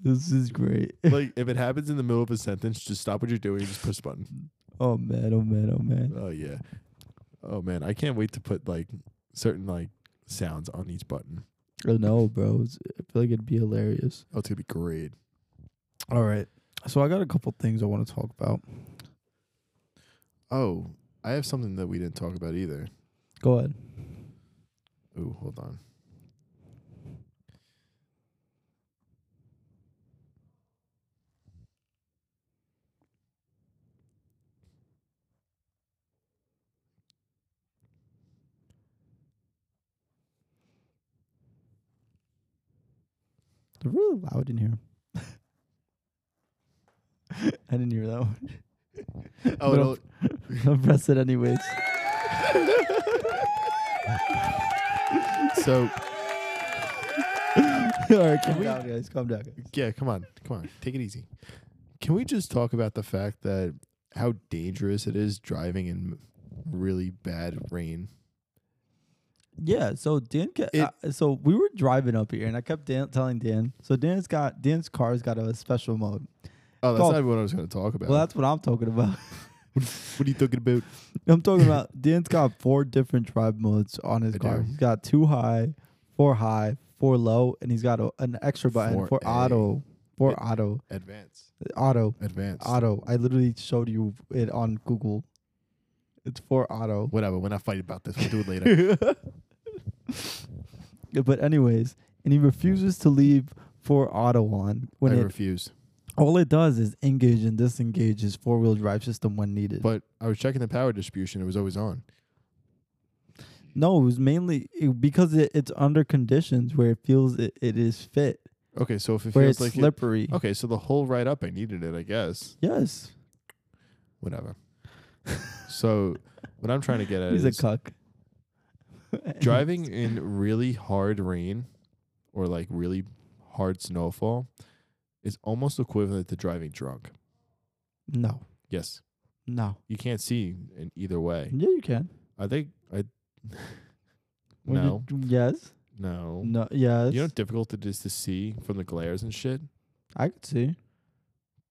Speaker 2: this is great.
Speaker 1: it.
Speaker 4: Like if it happens in the middle of a sentence, just stop what you're doing and just push the button.
Speaker 2: Oh man, oh man, oh man.
Speaker 4: Oh yeah. Oh man, I can't wait to put like certain like sounds on each button.
Speaker 2: I know, bro. It's- I feel like it'd be hilarious.
Speaker 4: Oh, it's gonna be great.
Speaker 2: All right. So I got a couple things I want to talk about.
Speaker 1: Oh, I have something that we didn't talk about either.
Speaker 2: Go ahead.
Speaker 1: Ooh, hold on.
Speaker 2: They're really loud in here. I didn't hear that one.
Speaker 1: Oh,
Speaker 2: But
Speaker 1: it'll-
Speaker 2: I'll press it anyways.
Speaker 1: so
Speaker 2: All right, calm down, guys. Calm down, guys.
Speaker 1: yeah, come on, come on, take it easy. Can we just talk about the fact that how dangerous it is driving in really bad rain?
Speaker 2: Yeah, so Dan, ca-
Speaker 1: It-
Speaker 2: uh, so we were driving up here, and I kept Dan, telling Dan. So Dan's got Dan's car's got a special mode.
Speaker 1: Oh, that's
Speaker 2: Golf.
Speaker 1: not what I was going to talk about.
Speaker 2: Well, that's what I'm talking about.
Speaker 1: what are you talking about?
Speaker 2: I'm talking about Dan's got four different drive modes on his
Speaker 1: I
Speaker 2: car.
Speaker 1: do.
Speaker 2: He's got two high, four high, four low, and he's got a, an extra button
Speaker 1: Four
Speaker 2: for
Speaker 1: A.
Speaker 2: auto, for
Speaker 1: It-
Speaker 2: auto,
Speaker 1: Advance.
Speaker 2: auto,
Speaker 1: Advance.
Speaker 2: auto. I literally showed you it on Google. It's for auto.
Speaker 1: Whatever. We're not fighting about this. We'll do it later.
Speaker 2: Yeah, but anyways, and he refuses to leave for auto on when
Speaker 1: I
Speaker 2: it
Speaker 1: refuse.
Speaker 2: all it does is engage and disengage his four wheel drive system when needed.
Speaker 1: But I was checking the power distribution. It was always on.
Speaker 2: no, it was mainly it- because it, it's under conditions where it feels it, it is fit,
Speaker 1: Okay, so if it
Speaker 2: where
Speaker 1: feels
Speaker 2: it's
Speaker 1: like it-
Speaker 2: slippery.
Speaker 1: okay, so the whole ride up, I needed it, I guess.
Speaker 2: Yes,
Speaker 1: Whatever. so what I'm trying to get at
Speaker 2: he's a
Speaker 1: is
Speaker 2: cuck.
Speaker 1: driving in really hard rain or like really hard snowfall is almost equivalent to driving drunk.
Speaker 2: no,
Speaker 1: Yes,
Speaker 2: no.
Speaker 1: you can't see in either way.
Speaker 2: Yeah, you can.
Speaker 1: I think I.
Speaker 2: When
Speaker 1: no,
Speaker 2: you- yes.
Speaker 1: no.
Speaker 2: No. Yes.
Speaker 1: You know how difficult it is to see from the glares and shit.
Speaker 2: I could see.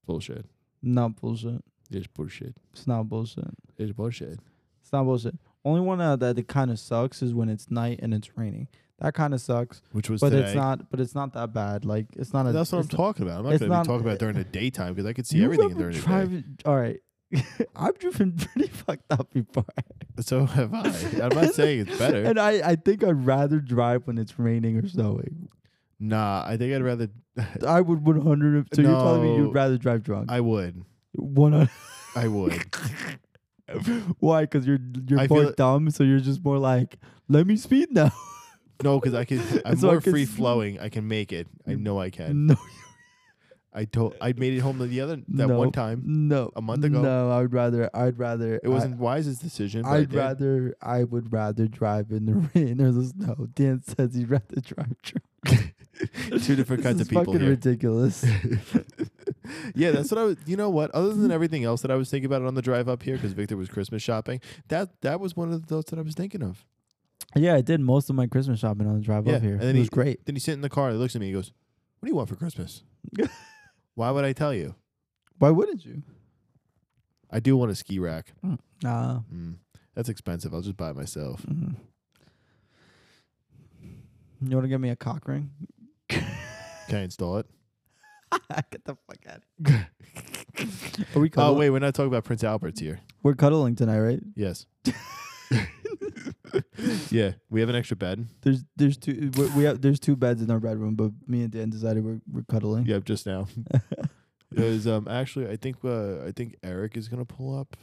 Speaker 1: Bullshit.
Speaker 2: Not bullshit.
Speaker 1: It's bullshit.
Speaker 2: It's not bullshit.
Speaker 1: It's bullshit.
Speaker 2: It's not bullshit. Only one uh, that it kind of sucks is when it's night and it's raining. That kind of sucks,
Speaker 1: Which was
Speaker 2: but
Speaker 1: today.
Speaker 2: it's not. But it's not that bad. Like it's not. A,
Speaker 1: That's what I'm
Speaker 2: it's
Speaker 1: talking about. I'm not
Speaker 2: it's
Speaker 1: going
Speaker 2: not-
Speaker 1: to talking about it during the daytime because I could see
Speaker 2: You
Speaker 1: everything
Speaker 2: ever
Speaker 1: during the
Speaker 2: drive- All right, I've driven pretty fucked up before,
Speaker 1: day. So have I. I'm not saying it's better.
Speaker 2: and I I think I'd rather drive when it's raining or snowing.
Speaker 1: Nah, I think I'd rather.
Speaker 2: I would 100. So you're telling me
Speaker 1: No.
Speaker 2: you'd rather drive drunk?
Speaker 1: I would.
Speaker 2: One.
Speaker 1: I would.
Speaker 2: Why? Because you're you're
Speaker 1: I
Speaker 2: more
Speaker 1: feel-
Speaker 2: dumb, so you're just more like, let me speed now.
Speaker 1: No, because I can. I'm
Speaker 2: So I
Speaker 1: more
Speaker 2: could
Speaker 1: free
Speaker 2: s-
Speaker 1: flowing. I can make it. I know I can.
Speaker 2: no,
Speaker 1: I told. I made it home the other that
Speaker 2: no,
Speaker 1: one time.
Speaker 2: no,
Speaker 1: a month ago.
Speaker 2: No, I would rather. I'd rather.
Speaker 1: It wasn't Wise's decision. but I
Speaker 2: I'd
Speaker 1: did.
Speaker 2: rather I would rather drive in the rain or the snow. Dan says he'd rather drive drunk.
Speaker 1: two different
Speaker 2: This
Speaker 1: kinds
Speaker 2: is
Speaker 1: of people
Speaker 2: fucking
Speaker 1: here.
Speaker 2: ridiculous.
Speaker 1: yeah, that's what I was. You know what? Other than everything else that I was thinking about on the drive up here, because Victor was Christmas shopping, that that was one of the thoughts that I was thinking of.
Speaker 2: yeah, I did most of my Christmas shopping on the drive
Speaker 1: Yeah,
Speaker 2: up here.
Speaker 1: and then
Speaker 2: it was
Speaker 1: he-
Speaker 2: great.
Speaker 1: Then he sits in the car. He looks at me. He goes, "What do you want for Christmas?" Why would I tell you?
Speaker 2: Why wouldn't you?
Speaker 1: I do want a ski rack.
Speaker 2: Uh,
Speaker 1: Mm, that's expensive. I'll just buy it myself.
Speaker 2: mhm. You want to give me a cock ring?
Speaker 1: Can I install it?
Speaker 2: Get the fuck out. Are we
Speaker 1: Oh
Speaker 2: cuddling?
Speaker 1: wait, we're not talking about Prince Albert's here.
Speaker 2: We're cuddling tonight, right?
Speaker 1: Yes. yeah, we have an extra bed.
Speaker 2: There's there's two we, we have there's two beds in our bedroom, but me and Dan decided we're we're cuddling.
Speaker 1: Yep, just now. It was um actually I think uh, I think Eric is gonna pull up.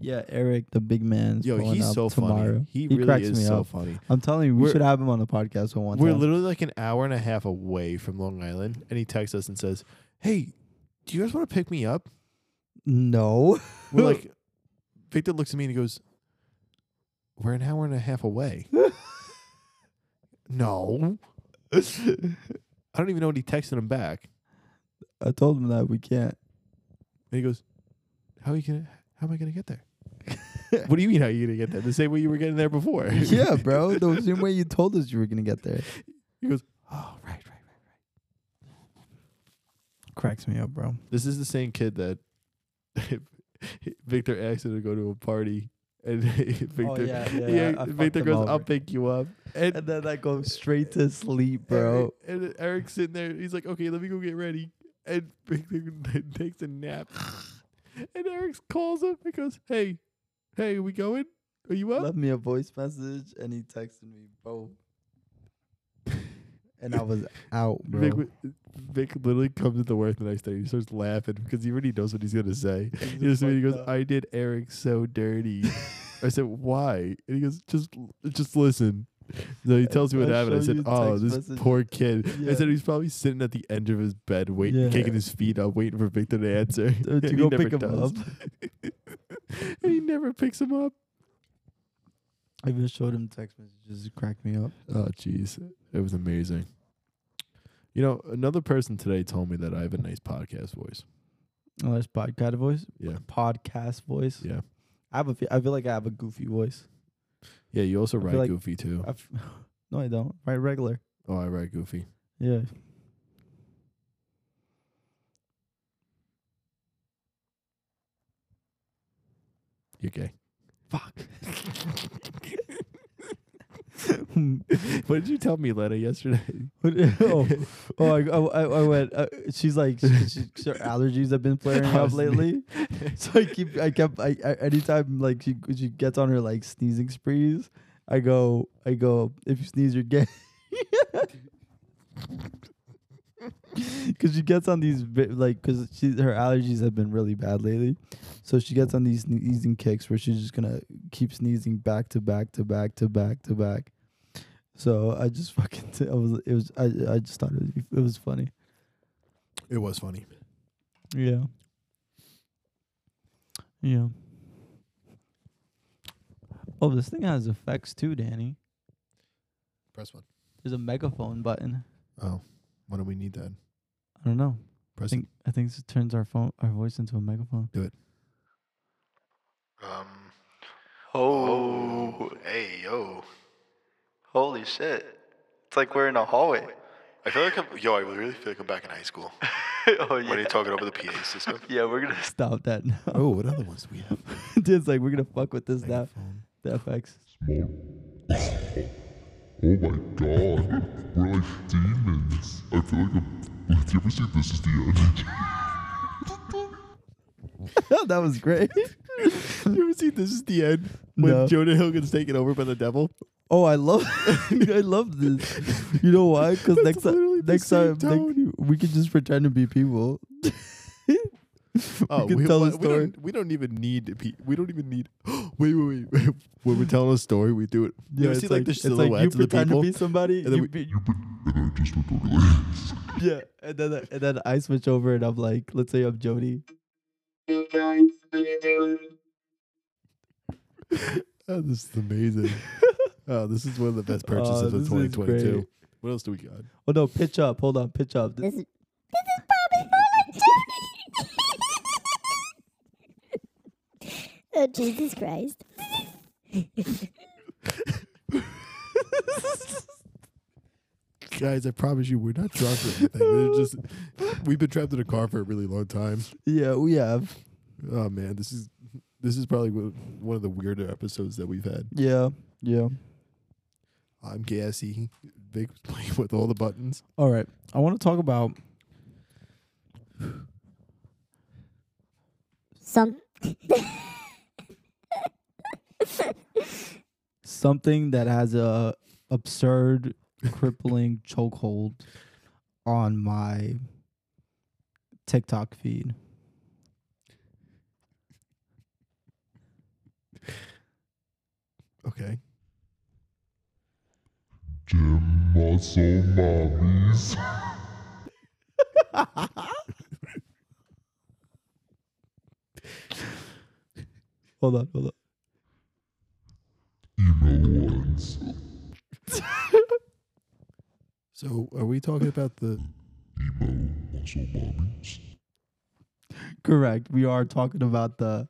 Speaker 2: Yeah, Eric, the big man.
Speaker 1: Yo, he's so
Speaker 2: tomorrow.
Speaker 1: funny. He, really
Speaker 2: cracks
Speaker 1: is
Speaker 2: me
Speaker 1: so
Speaker 2: up.
Speaker 1: funny.
Speaker 2: I'm telling you, we
Speaker 1: We're-
Speaker 2: should have him on the podcast at one
Speaker 1: We're
Speaker 2: time.
Speaker 1: literally like an hour and a half away from Long Island, and he texts us and says, "Hey, do you guys want to pick me up?"
Speaker 2: no.
Speaker 1: We're like, Victor looks at me and he goes, "We're an hour and a half away." no, I don't even know what he texted him back.
Speaker 2: I told him that we can't.
Speaker 1: And he goes, "How are you gonna? How am I gonna get there?" what do you mean? How are you gonna get there? The same way you were getting there before.
Speaker 2: yeah, bro. The same way you told us you were gonna get there.
Speaker 1: He goes, "Oh, right, right, right."
Speaker 2: Cracks me up, bro.
Speaker 1: This is the same kid that Victor asked him to go to a party, and Victor,
Speaker 2: Oh, yeah, yeah, I- I fucked
Speaker 1: Victor
Speaker 2: him
Speaker 1: goes, "I'll
Speaker 2: over."
Speaker 1: pick you up," and,
Speaker 2: And then I go straight to sleep,
Speaker 1: Eric-
Speaker 2: bro.
Speaker 1: And, Eric's sitting there. He's like, "Okay, let me go get ready," and Victor takes a nap, and Eric calls him and goes, "Hey, hey, we going? Are you up?"
Speaker 2: Left me a voice message and he texted me, bro. and I was out,
Speaker 1: Vic,
Speaker 2: bro.
Speaker 1: w- Vic literally comes into work the next day. He starts laughing because he already knows what he's gonna say. He, just, he
Speaker 2: uh,
Speaker 1: goes, "I did Eric so dirty." I said, "Why?" And he goes, "Just, just listen." So he tells me what
Speaker 2: I'll
Speaker 1: happened. I
Speaker 2: show
Speaker 1: said,
Speaker 2: you
Speaker 1: "Oh,
Speaker 2: text
Speaker 1: this
Speaker 2: messages."
Speaker 1: poor kid." I
Speaker 2: Yeah.
Speaker 1: said he's probably sitting at the end of his bed, waiting,
Speaker 2: Yeah.
Speaker 1: kicking his feet up, waiting for Victor to answer.
Speaker 2: Dude,
Speaker 1: And
Speaker 2: to
Speaker 1: he
Speaker 2: go
Speaker 1: never
Speaker 2: pick him
Speaker 1: does.
Speaker 2: up.
Speaker 1: and he never picks him up.
Speaker 2: I even showed him text messages. It cracked me up.
Speaker 1: Oh, jeez, it was amazing. You know, another person today told me that I have a nice podcast voice.
Speaker 2: Oh, that's podcast voice.
Speaker 1: Yeah.
Speaker 2: Podcast voice.
Speaker 1: Yeah.
Speaker 2: I have a. fe- I feel like I have a goofy voice.
Speaker 1: Yeah, you also
Speaker 2: I feel
Speaker 1: write
Speaker 2: like
Speaker 1: Goofy too.
Speaker 2: I f- no, I don't. Right, regular.
Speaker 1: Oh, I write Goofy.
Speaker 2: Yeah.
Speaker 1: You're gay.
Speaker 2: Fuck.
Speaker 1: What did you tell me, Lena, yesterday?
Speaker 2: What- oh, oh I, I, I I went. Uh, she's like, she, she, her allergies have been flaring
Speaker 1: I
Speaker 2: up
Speaker 1: was-
Speaker 2: lately. so I keep, I kept, I, I anytime like she she gets on her like sneezing sprees, I go, I go. If you sneeze, you're gay. Because she gets on these vi- like, because she her allergies have been really bad lately, so she gets on these sneezing kicks where she's just gonna keep sneezing back to back to back to back to back. So I just fucking, t- I was, it was, I, I just thought it was, it was funny.
Speaker 1: It was funny.
Speaker 2: Yeah. Yeah. Oh, this thing has effects too, Danny.
Speaker 1: Press one.
Speaker 2: There's a megaphone button.
Speaker 1: Oh, why do we need that?
Speaker 2: I don't know. I
Speaker 1: Press
Speaker 2: think I think this turns our phone our voice into a megaphone.
Speaker 5: Um.
Speaker 6: Oh,
Speaker 5: Oh. Hey yo.
Speaker 6: holy shit. It's like we're in a hallway.
Speaker 5: I feel like I'm. Yo, I really feel like I'm back in high school.
Speaker 6: oh, yeah.
Speaker 5: When are you talking over the PA system?
Speaker 6: yeah, we're going to.
Speaker 2: Stop that now.
Speaker 1: Oh, what other ones do we have?
Speaker 2: Dude's like, we're going to fuck with this now. The FX.
Speaker 7: Oh my god, we're like demons. I feel like I'm. Do you ever see This Is the End?
Speaker 2: that was great.
Speaker 1: you ever see This Is the End? When
Speaker 2: No.
Speaker 1: Jonah Hill gets taken over by the devil?
Speaker 2: oh, I love I love this. You know why? Because
Speaker 1: That's
Speaker 2: next, ti-
Speaker 1: literally the
Speaker 2: next
Speaker 1: same
Speaker 2: time, next
Speaker 1: tone.
Speaker 2: we can just pretend to be people.
Speaker 1: Oh,
Speaker 2: can tell
Speaker 1: why-
Speaker 2: the story.
Speaker 1: don't, we don't even need. to be- We don't even need. wait, wait, wait. when we're telling a story, we do it. you ever
Speaker 2: it's
Speaker 1: see like, the
Speaker 2: it's like
Speaker 1: silhouettes
Speaker 2: you
Speaker 1: of the
Speaker 2: pretend
Speaker 1: people?
Speaker 2: to be somebody.
Speaker 1: and then
Speaker 2: you
Speaker 1: we-
Speaker 2: be- you-
Speaker 7: And I just went over this.
Speaker 2: yeah, and then and then I switch over and I'm like, let's say I'm Jody.
Speaker 1: Oh, this is amazing. oh, this is one of the best
Speaker 2: Oh,
Speaker 1: purchases of
Speaker 2: this is
Speaker 1: 2022.
Speaker 2: great.
Speaker 1: What else do we got?
Speaker 2: Oh no, pitch up. Hold on, pitch up. This,
Speaker 8: Oh, Jesus Christ.
Speaker 1: Guys, I promise you, we're not drunk or anything. We're just we've been trapped in a car for a really long time.
Speaker 2: yeah, we have.
Speaker 1: Oh man, this is this is probably one one of the weirder episodes that we've had.
Speaker 2: Yeah, yeah.
Speaker 1: I'm gassy. Vic was playing with all the buttons.
Speaker 2: All right, I want to talk about
Speaker 8: Some
Speaker 2: something that has a absurd, crippling chokehold on my TikTok feed.
Speaker 1: Okay.
Speaker 7: Gym muscle mommies.
Speaker 2: Hold on, hold on.
Speaker 7: Emo ones.
Speaker 4: So are we talking about the
Speaker 7: Emo muscle mommies.
Speaker 2: Correct. We are talking about the.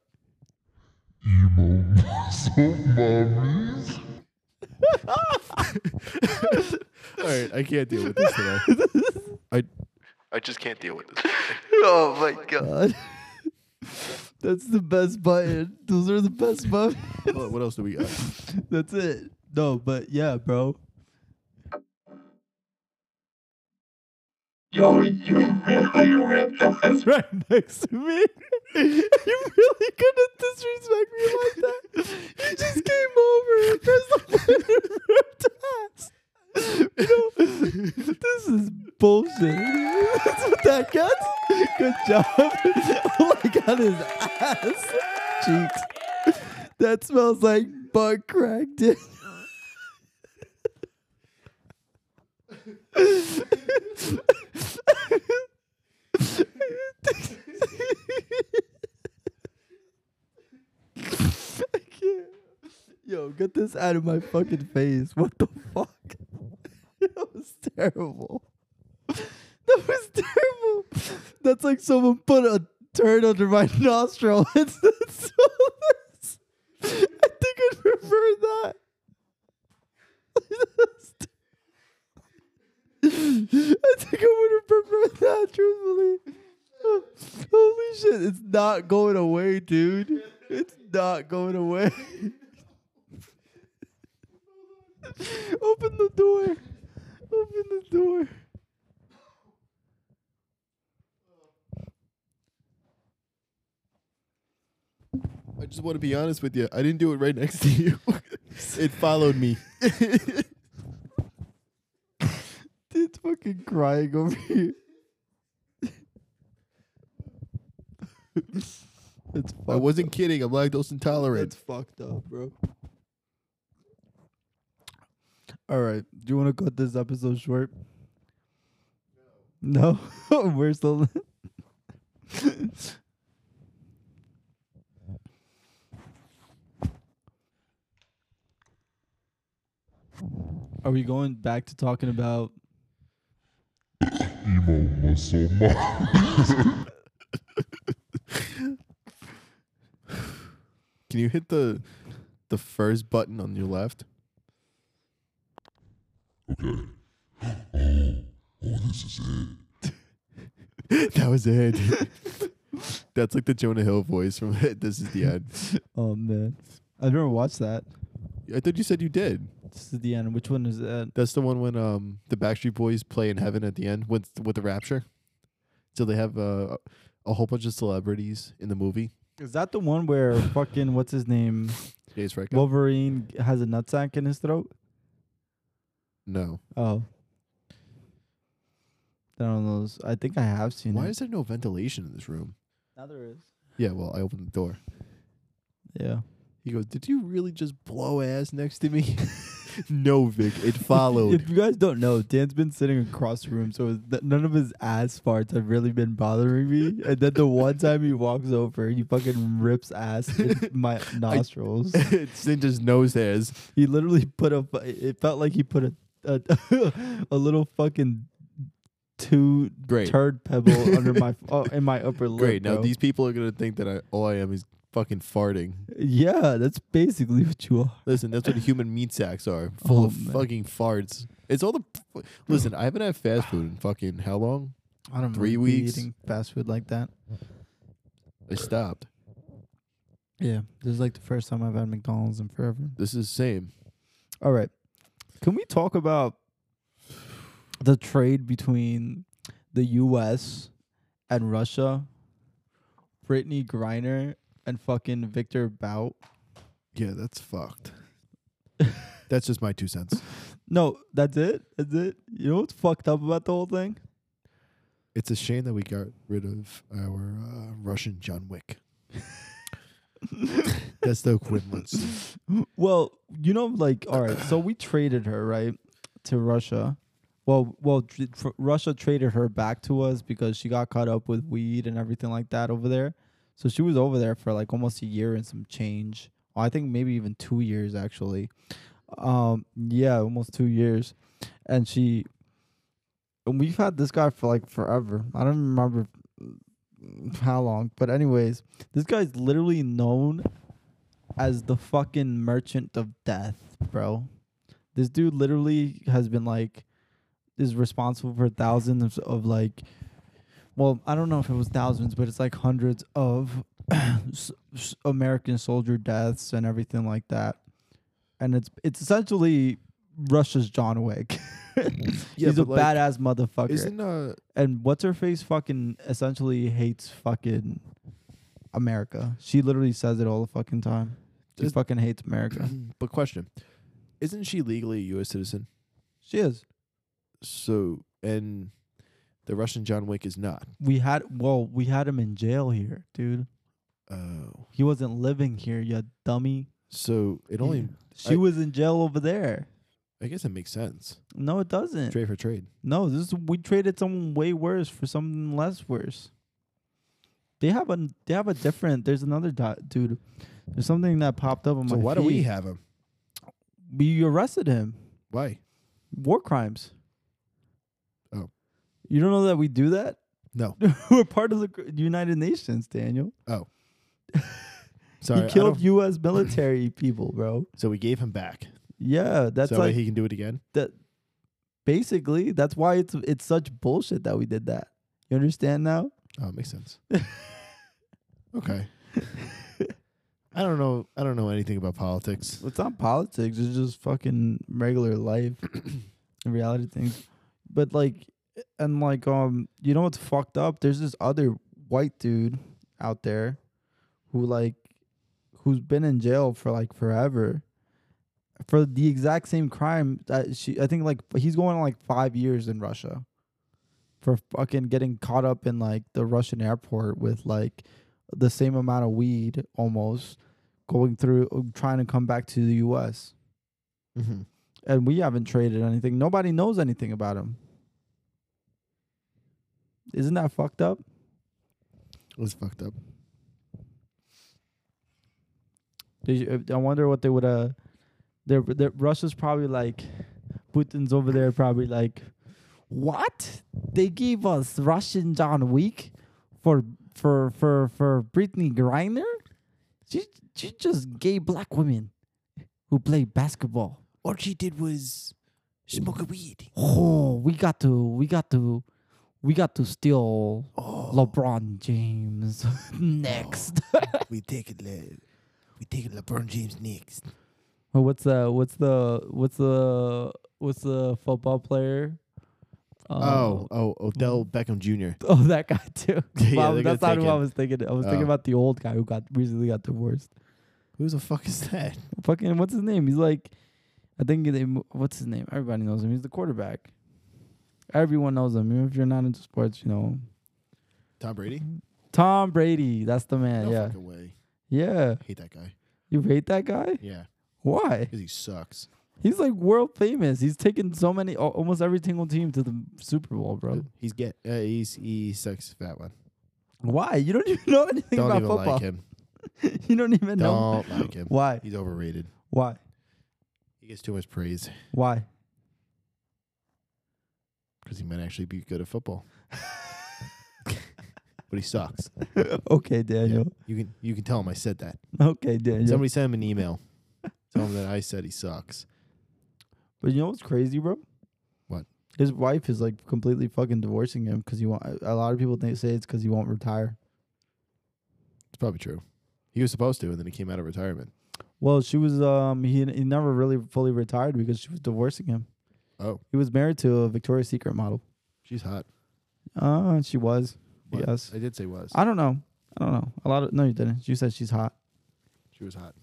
Speaker 7: Emo muscle mommies.
Speaker 1: All right. I can't deal with this today.
Speaker 5: I just can't deal with this.
Speaker 6: Oh my god.
Speaker 2: God. uh, That's the best button. Those are the best buttons.
Speaker 1: What what else do we got?
Speaker 2: That's it. No, but yeah, bro. Yo, you really right next to me. you really couldn't disrespect me like that. You just came over and pressed the button and ripped ass. You know, this is bullshit. That's what that gets. Good job. All I got is ass cheeks. That smells like butt crack, dude. I can't. Yo, get this out of my fucking face. What the fuck? That was terrible. That was terrible. That's like someone put a turd under my nostril and smelled this. I think I'd prefer that. That's ter- I think I would have preferred that, truthfully. Oh, Holy shit, it's not going away, dude. It's not going away. Open the door. Open the door.
Speaker 1: I just want to be honest with you. I didn't do it right next to you. it followed me.
Speaker 2: Dude's fucking crying over here. That's
Speaker 1: I
Speaker 2: fucked.
Speaker 1: wasn't kidding. I'm lactose
Speaker 2: That's
Speaker 1: intolerant.
Speaker 2: fucked up, bro. All right. Do you want to cut this episode short? No. We're still. Are we going back to talking about
Speaker 7: Emo muscle mommies.
Speaker 1: Can you hit the the first button on your left?
Speaker 7: okay. Oh, oh, this is it.
Speaker 1: that was it. That's like the Jonah Hill voice from This Is the End.
Speaker 2: Oh man, I've never watched that.
Speaker 1: I thought you said you did.
Speaker 2: This is the end. Which one is that?
Speaker 1: That's the one when um the Backstreet Boys play in heaven at the end with with the Rapture. So they have uh, a whole bunch of celebrities in the movie.
Speaker 2: Is that the one where fucking what's his name
Speaker 1: Days Franco.
Speaker 2: Wolverine has a nutsack in his throat?
Speaker 1: no.
Speaker 2: Oh, I don't know. those- I think I have seen.
Speaker 1: Why
Speaker 2: it.
Speaker 1: is there no ventilation in this room?
Speaker 2: now there is?
Speaker 1: Yeah, well, I opened the door.
Speaker 2: Yeah.
Speaker 1: He goes, "Did you really just blow ass next to me?" no, Vic. It followed.
Speaker 2: If you guys don't know, Dan's been sitting across the room, so th- none of his ass farts have really been bothering me. and then the one time he walks over, he fucking rips ass in my nostrils.
Speaker 1: it's in his nose hairs.
Speaker 2: He literally put a. fu- It felt like he put a a, a little fucking two
Speaker 1: Great.
Speaker 2: turd pebble under my uh, in my upper lip.
Speaker 1: Great. Now
Speaker 2: bro.
Speaker 1: these people are gonna think that I, all I am is fucking farting.
Speaker 2: Yeah, that's basically what you are.
Speaker 1: Listen, that's what human meat sacks are, full
Speaker 2: Oh,
Speaker 1: of
Speaker 2: man.
Speaker 1: fucking farts. It's all the. Listen, I haven't had fast food in fucking how long?
Speaker 2: I don't
Speaker 1: Three
Speaker 2: really be
Speaker 1: weeks.
Speaker 2: eating fast food like that.
Speaker 1: I stopped.
Speaker 2: Yeah, this is like the first time I've had McDonald's in forever.
Speaker 1: This is the same.
Speaker 2: All right, can we talk about the trade between the U.S. and Russia? Brittany Griner and fucking Victor Bout.
Speaker 1: Yeah, that's fucked. that's just my two cents.
Speaker 2: No, that's it. That's it. You know what's fucked up about the whole thing?
Speaker 1: It's a shame that we got rid of our uh, Russian John Wick.
Speaker 4: That's the equivalence.
Speaker 2: Well, you know, like, all right, so we traded her right to Russia. Well, well, tr- tr- Russia traded her back to us because she got caught up with weed and everything like that over there. So she was over there for like almost a year and some change. Well, I think maybe even two years actually. Um, yeah, almost two years, and she. And we've had this guy for like forever. I don't remember how long, but anyways, this guy's literally known as the fucking merchant of death, bro. This dude literally has been like is responsible for thousands of, of like well, I don't know if it was thousands, but it's like hundreds of s- s- American soldier deaths and everything like that. And it's it's essentially Russia's John Wick. He's a
Speaker 4: but, like,
Speaker 2: badass motherfucker
Speaker 4: Isn't uh
Speaker 2: and what's her face fucking essentially hates fucking America. She literally says it all the fucking time. She
Speaker 1: Does-
Speaker 2: fucking hates America.
Speaker 1: but question, isn't she legally a U.S. citizen?
Speaker 2: she is.
Speaker 1: So and the Russian John Wick is not.
Speaker 2: We had well, we had him in jail here, dude.
Speaker 1: Oh,
Speaker 2: He wasn't living here, you dummy.
Speaker 1: so it only.
Speaker 2: She
Speaker 1: I-
Speaker 2: was in jail over there.
Speaker 1: I guess it makes sense.
Speaker 2: No, it doesn't.
Speaker 1: Trade for trade.
Speaker 2: no, this is, we traded someone way worse for something less worse. They have a they have a different. There's another di- dude. There's something that popped up on
Speaker 1: So
Speaker 2: my.
Speaker 1: why do we
Speaker 2: feed.
Speaker 1: have him?
Speaker 2: We arrested him.
Speaker 1: Why?
Speaker 2: war crimes.
Speaker 1: Oh.
Speaker 2: You don't know that we do that?
Speaker 1: No.
Speaker 2: We're part of the gr- United Nations, Daniel.
Speaker 1: Sorry. I
Speaker 2: he killed
Speaker 1: don't-
Speaker 2: U.S. military people, bro.
Speaker 1: So we gave him back.
Speaker 2: Yeah, that's
Speaker 1: so that way
Speaker 2: like
Speaker 1: he can do it again.
Speaker 2: that. Basically, that's why it's it's such bullshit that we did that. You understand now?
Speaker 1: Oh, it makes sense. okay. I don't know. I don't know anything about politics.
Speaker 2: It's not politics. It's just fucking regular life, and reality things. But like, and like, um, you know what's fucked up? There's this other white dude out there who like, who's been in jail for like forever, for the exact same crime that she. I think like he's going on like five years in Russia, for fucking getting caught up in like the Russian airport with like the same amount of weed almost going through uh, trying to come back to the US
Speaker 1: Mm-hmm.
Speaker 2: and we haven't traded anything. Nobody knows anything about him. Isn't that fucked up?
Speaker 1: It was fucked up.
Speaker 2: They sh- I wonder what they would uh they're, they're, Russia's probably like Putin's over there probably like what? They gave us Russian John Wick for for for for Brittany Griner? She she just gay black women who play basketball.
Speaker 1: All she did was smoke a weed.
Speaker 2: oh, we got to, we got to, we got to steal
Speaker 1: Oh,
Speaker 2: LeBron James next.
Speaker 1: we take it. Le- we take it LeBron James next.
Speaker 2: what's the, what's the, what's the, what's the football player? Um,
Speaker 1: Oh, oh, Odell Beckham Jr.
Speaker 2: oh, that guy too.
Speaker 1: Yeah,
Speaker 2: Wow,
Speaker 1: they got
Speaker 2: that's not who I
Speaker 1: taken.
Speaker 2: was thinking. I was thinking
Speaker 1: Oh.
Speaker 2: about the old guy who got recently got divorced.
Speaker 1: Who the fuck is that?
Speaker 2: Fucking, what's his name? He's like, I think they, what's his name? Everybody knows him. He's the quarterback. Everyone knows him. Even if you're not into sports, you know. him.
Speaker 1: Tom Brady?
Speaker 2: Tom Brady, that's the man.
Speaker 1: no
Speaker 2: yeah,
Speaker 1: fucking way.
Speaker 2: yeah.
Speaker 1: I hate that guy.
Speaker 2: You hate that guy?
Speaker 1: Yeah,
Speaker 2: Why?
Speaker 1: because he sucks.
Speaker 2: He's like world famous. He's taken so many, al- almost every single team to the Super Bowl, bro.
Speaker 1: He's get. Uh, he's he sucks. That one.
Speaker 2: Why? You don't even know anything
Speaker 1: Don't
Speaker 2: about
Speaker 1: even
Speaker 2: football.
Speaker 1: like him.
Speaker 2: You don't even know.
Speaker 1: Don't like him.
Speaker 2: Why?
Speaker 1: He's overrated.
Speaker 2: Why?
Speaker 1: He gets too much praise
Speaker 2: Why?
Speaker 1: because he might actually be good at football, but he sucks.
Speaker 2: okay,
Speaker 1: Yeah,
Speaker 2: Daniel.
Speaker 1: You can you can tell him I said that.
Speaker 2: Okay, Daniel.
Speaker 1: Somebody sent him an email. Tell him that I said he sucks.
Speaker 2: but you know what's crazy, bro?
Speaker 1: What?
Speaker 2: His wife is like completely fucking divorcing him because he won't. A lot of people think say it's because he won't retire.
Speaker 1: It's probably true. He was supposed to, and then he came out of retirement.
Speaker 2: Well, she was. Um, he he never really fully retired because she was divorcing him.
Speaker 1: Oh.
Speaker 2: He was married to a Victoria's Secret model.
Speaker 1: She's hot.
Speaker 2: Uh, she was.
Speaker 1: What?
Speaker 2: Yes.
Speaker 1: I did say was.
Speaker 2: I don't know. I don't know. A lot of no, you didn't. You said she's hot.
Speaker 1: she was hot.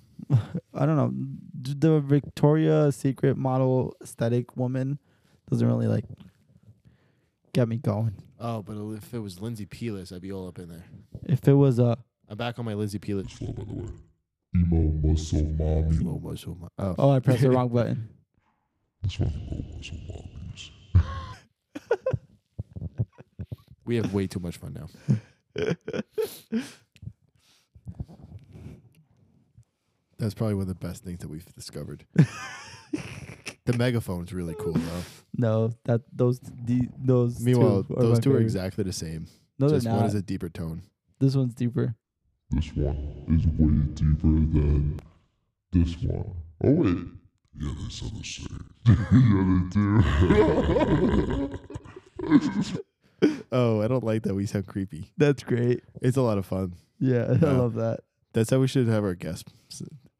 Speaker 2: I don't know. D- The Victoria Secret model aesthetic woman doesn't really like get me going.
Speaker 1: Oh, but if it was Lindsay Peelis, I'd be all up in there.
Speaker 2: If it was a
Speaker 1: I'm back on my Lizzie Peelage.
Speaker 7: Slow, by the way. Emo muscle mommy.
Speaker 1: Oh, my- so my- oh.
Speaker 2: Oh, I pressed the wrong button.
Speaker 7: That's why emo muscle mommies.
Speaker 1: We have way too much fun now. That's probably one of the best things that we've discovered. the megaphone's really cool though.
Speaker 2: No, that those the, those.
Speaker 1: Meanwhile,
Speaker 2: two
Speaker 1: those
Speaker 2: my
Speaker 1: two are
Speaker 2: favorite.
Speaker 1: exactly the same.
Speaker 2: No, they're
Speaker 1: just one
Speaker 2: not.
Speaker 1: is a deeper tone.
Speaker 2: this one's deeper.
Speaker 7: This one is way deeper than this one. Oh wait. Yeah, they sound the same. yeah, they do.
Speaker 1: Oh, I don't like that. We sound creepy.
Speaker 2: That's great.
Speaker 1: It's a lot of fun.
Speaker 2: Yeah, I
Speaker 1: Yeah.
Speaker 2: love that.
Speaker 1: That's how we should have our guests.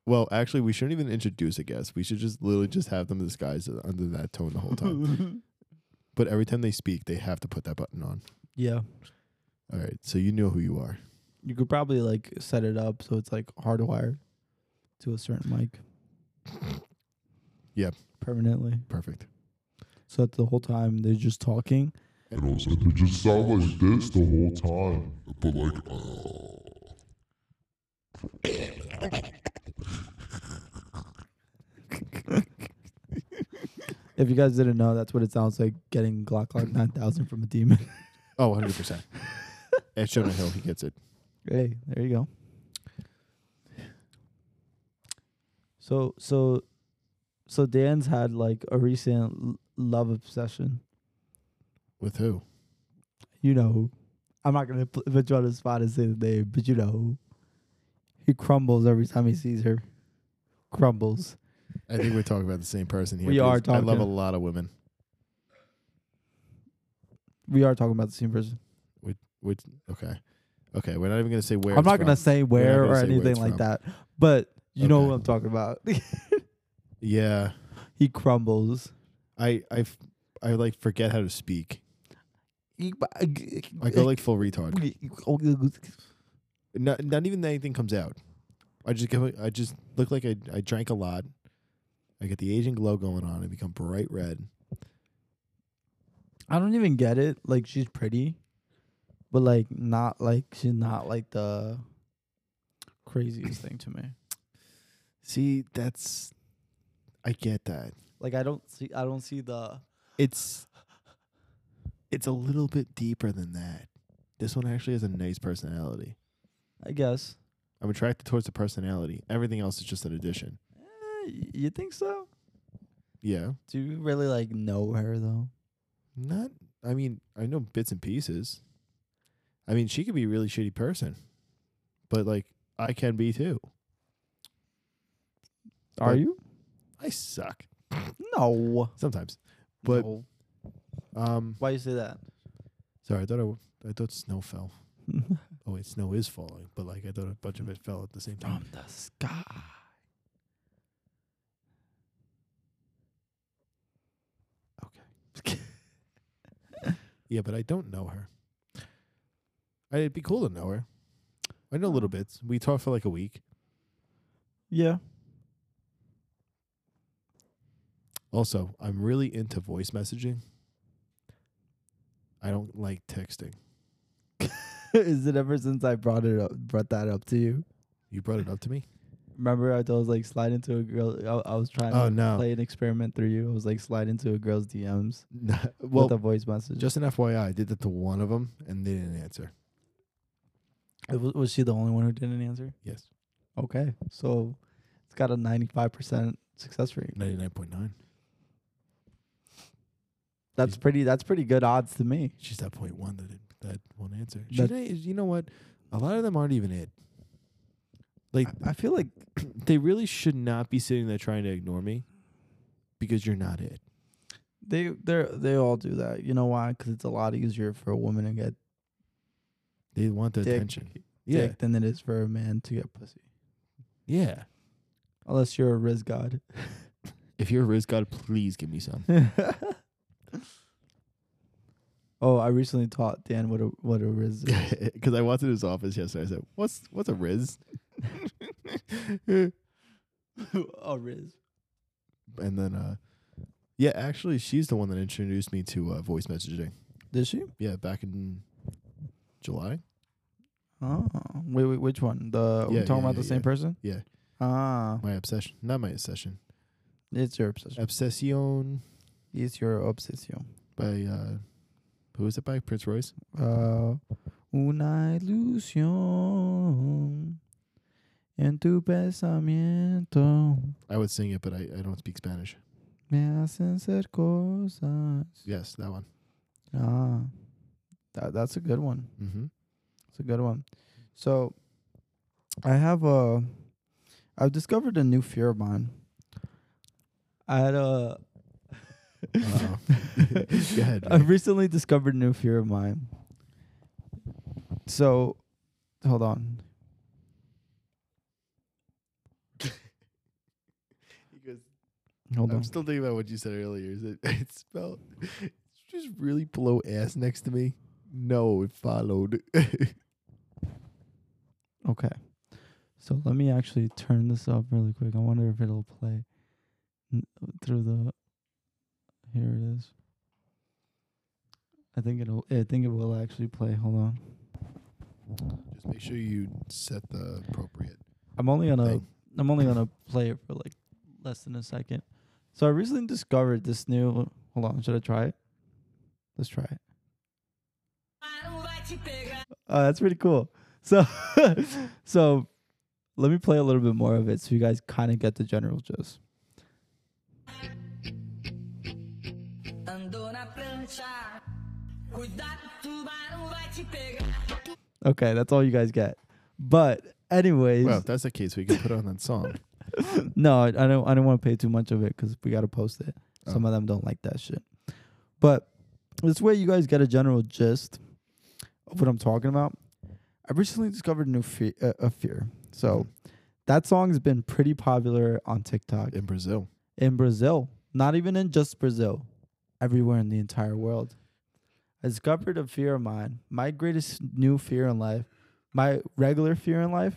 Speaker 1: Well, actually, we shouldn't even introduce a guest. We should just literally just have them disguised under that tone the whole time. but every time they speak, they have to put that button on.
Speaker 2: Yeah,
Speaker 1: All right, so you know who you are.
Speaker 2: you could probably like set it up so it's like hardwired to a certain mic.
Speaker 1: Yep.
Speaker 2: permanently.
Speaker 1: Perfect.
Speaker 2: So that the whole time they're just talking.
Speaker 7: and also, they just sound like this the whole time, but like. Uh,
Speaker 2: If you guys didn't know, that's what it sounds like getting Glock Glock nine thousand from a demon.
Speaker 1: Oh, 100%. At Jonah Hill, he gets it.
Speaker 2: Hey, there you go. So so so Dan's had like a recent l- love obsession.
Speaker 1: With who?
Speaker 2: You know who. I'm not gonna pl- put you on the spot and say the name, but you know who. He crumbles every time he sees her. Crumbles.
Speaker 1: I think we're talking about the same person here.
Speaker 2: We
Speaker 1: because
Speaker 2: are
Speaker 1: I love
Speaker 2: talking-
Speaker 1: a lot of women.
Speaker 2: We are talking about the same person.
Speaker 1: Which, okay. Okay, we're not even going to say where.
Speaker 2: I'm
Speaker 1: it's
Speaker 2: not gonna
Speaker 1: from.
Speaker 2: say where
Speaker 1: gonna
Speaker 2: or
Speaker 1: say where
Speaker 2: anything
Speaker 1: it's
Speaker 2: like
Speaker 1: from.
Speaker 2: that, but you know
Speaker 1: Okay.
Speaker 2: who I'm talking about.
Speaker 1: Yeah.
Speaker 2: he crumbles.
Speaker 1: I, I, f- I like forget how to speak.
Speaker 2: He- uh,
Speaker 1: I go like full retard.
Speaker 2: oh,
Speaker 1: Not, not even that anything comes out. I just go, I just look like I, I drank a lot. I get the Asian glow going on. I become bright red.
Speaker 2: I don't even get it. Like she's pretty, but like not like she's not like the craziest thing to me.
Speaker 1: See, that's. I get that.
Speaker 2: Like I don't see I don't see the
Speaker 1: It's. It's a little bit deeper than that. This one actually has a nice personality.
Speaker 2: I guess.
Speaker 1: I'm attracted towards the personality. Everything else is just an addition.
Speaker 2: Eh, you think so?
Speaker 1: Yeah.
Speaker 2: Do you really like know her though?
Speaker 1: Not. I mean, I know bits and pieces. I mean, she could be a really shitty person, but like I can be too.
Speaker 2: Are
Speaker 1: But-
Speaker 2: you?
Speaker 1: I suck
Speaker 2: No.
Speaker 1: sometimes, but
Speaker 2: No.
Speaker 1: um.
Speaker 2: why you say that?
Speaker 1: Sorry, I thought I, w- I thought snow fell. Oh wait, snow is falling, but like I thought a bunch of it fell at the same time.
Speaker 2: From the sky. Okay.
Speaker 1: Yeah, but I don't know her. I, it'd be cool to know her. I
Speaker 2: Hmm.
Speaker 1: know little bits. We talked for like a week.
Speaker 2: yeah.
Speaker 1: Also, I'm really into voice messaging. I don't like texting.
Speaker 2: Is it ever since I brought it up brought that up to you?
Speaker 1: You brought it up to me.
Speaker 2: Remember, I was like slide into a girl. I, I was trying
Speaker 1: Oh,
Speaker 2: to
Speaker 1: no.
Speaker 2: play an experiment through you. I was like slide into a girl's DMs
Speaker 1: well,
Speaker 2: with a voice message.
Speaker 1: just an FYI, I did that to one of them, and they didn't answer.
Speaker 2: Uh, wa- was she the only one who didn't answer?
Speaker 1: Yes,
Speaker 2: Okay, so it's got a ninety-five percent success rate.
Speaker 1: ninety nine point nine.
Speaker 2: That's pretty. That's pretty good odds to me.
Speaker 1: She's that point one that didn't- that won't answer. She
Speaker 2: That-
Speaker 1: didn't- you know what? A lot of them aren't even it. Like
Speaker 2: I feel like
Speaker 1: they really should not be sitting there trying to ignore me, because you're not it.
Speaker 2: they they they all do that. You know why? Because it's a lot easier for a woman to get
Speaker 1: They want the
Speaker 2: Dick.
Speaker 1: attention. Yeah,
Speaker 2: dick than it is for a man to get pussy.
Speaker 1: yeah.
Speaker 2: Unless you're a Riz god.
Speaker 1: If you're a Riz God, please give me some.
Speaker 2: oh, I recently taught Dan what a what a Riz is.
Speaker 1: Because I walked in his office yesterday. I said, "What's what's a Riz?" and
Speaker 2: oh, Riz.
Speaker 1: then, uh, yeah, actually, she's the one that introduced me to uh, voice messaging.
Speaker 2: Did she?
Speaker 1: Yeah, back in July.
Speaker 2: Oh, wait, wait, which one? The we
Speaker 1: Yeah,
Speaker 2: talking
Speaker 1: yeah,
Speaker 2: about the
Speaker 1: yeah,
Speaker 2: same
Speaker 1: yeah.
Speaker 2: person?
Speaker 1: Yeah.
Speaker 2: Ah,
Speaker 1: My obsession, not my obsession.
Speaker 2: it's your obsession.
Speaker 1: Obsession
Speaker 2: It's your obsession.
Speaker 1: by uh, who is it by Prince Royce?
Speaker 2: Uh, una ilusión en tu pensamiento
Speaker 1: I would sing it, but I, I don't speak Spanish.
Speaker 2: me hacen ser cosas.
Speaker 1: Yes, that one.
Speaker 2: Ah, that, that's a good one.
Speaker 1: Mm-hmm.
Speaker 2: It's a good one. So I have a I've discovered a new fear of mine. I had a
Speaker 1: Uh-oh. Uh, Go ahead.
Speaker 2: I recently discovered a new fear of mine. So hold on. Hold
Speaker 1: I'm
Speaker 2: on.
Speaker 1: still thinking about what you said earlier. Is it it's spelled it's just really blow ass next to me? No, it followed.
Speaker 2: Okay. So let me actually turn this up really quick. I wonder if it'll play n- through the. Here it is. I think it'll. I think it will actually play. Hold on.
Speaker 1: just make sure you set the appropriate
Speaker 2: I'm only gonna.
Speaker 1: thing.
Speaker 2: I'm only gonna play it for like less than a second. So I recently discovered this new. Hold on. Should I try it? Let's try it. Uh, that's pretty cool. So, so let me play a little bit more of it so you guys kind of get the general gist.
Speaker 9: Andou na prancha, cuidado, tubarão vai te pegar.
Speaker 2: Okay, that's all you guys get. But anyways,
Speaker 1: Well, if that's the case, we can put on that song.
Speaker 2: no, I, I don't. I don't want to pay too much of it because we gotta post it. Some of them don't like that shit. But this way, you guys get a general gist of what I'm talking about. I recently discovered a new fear. Uh, a fear. So that song's been pretty popular on TikTok
Speaker 1: In Brazil.
Speaker 2: in Brazil. Not even in just Brazil, everywhere in the entire world. I discovered a fear of mine. My greatest new fear in life, my regular fear in life,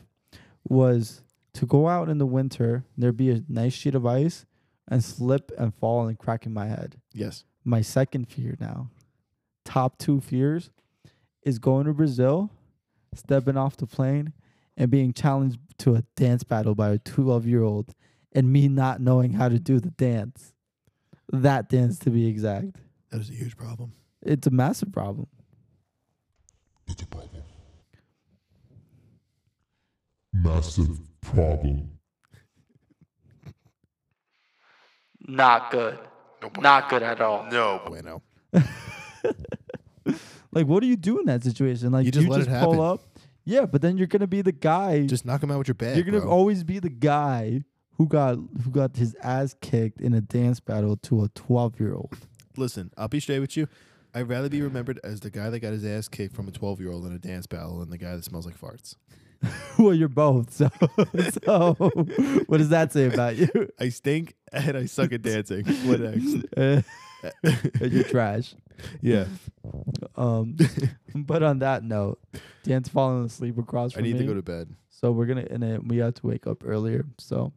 Speaker 2: was to go out in the winter, there be a nice sheet of ice, and slip and fall and crack in my head
Speaker 1: Yes.
Speaker 2: my second fear now, top two fears, is going to Brazil, stepping off the plane, and being challenged to a dance battle by a 12 year old, and me not knowing how to do the dance. That dance, to be exact.
Speaker 1: That is a huge problem.
Speaker 2: It's a massive problem.
Speaker 7: That's a problem. Massive problem.
Speaker 6: Not good. Not good at all.
Speaker 5: No.
Speaker 1: Oh, Bueno.
Speaker 2: Like, what do you do in that situation? Like,
Speaker 1: You
Speaker 2: do
Speaker 1: just let it happen.
Speaker 2: pull up. Yeah, but then you're gonna be the guy.
Speaker 1: Just knock him out with your bag.
Speaker 2: you're gonna
Speaker 1: bro.
Speaker 2: always be the guy who got who got his ass kicked in a dance battle to a 12 year old.
Speaker 1: listen, I'll be straight with you. I'd rather be remembered as the guy that got his ass kicked from a 12 year old in a dance battle than the guy that smells like farts.
Speaker 2: Well, you're both. So, so what does that say about you?
Speaker 1: I stink and I suck at dancing. What next?
Speaker 2: Uh, you're trash.
Speaker 1: Yeah.
Speaker 2: Um, but on that note, Dan's falling asleep across
Speaker 1: I
Speaker 2: from
Speaker 1: need
Speaker 2: me.
Speaker 1: to go to bed.
Speaker 2: so we're gonna and then we have to wake up earlier. So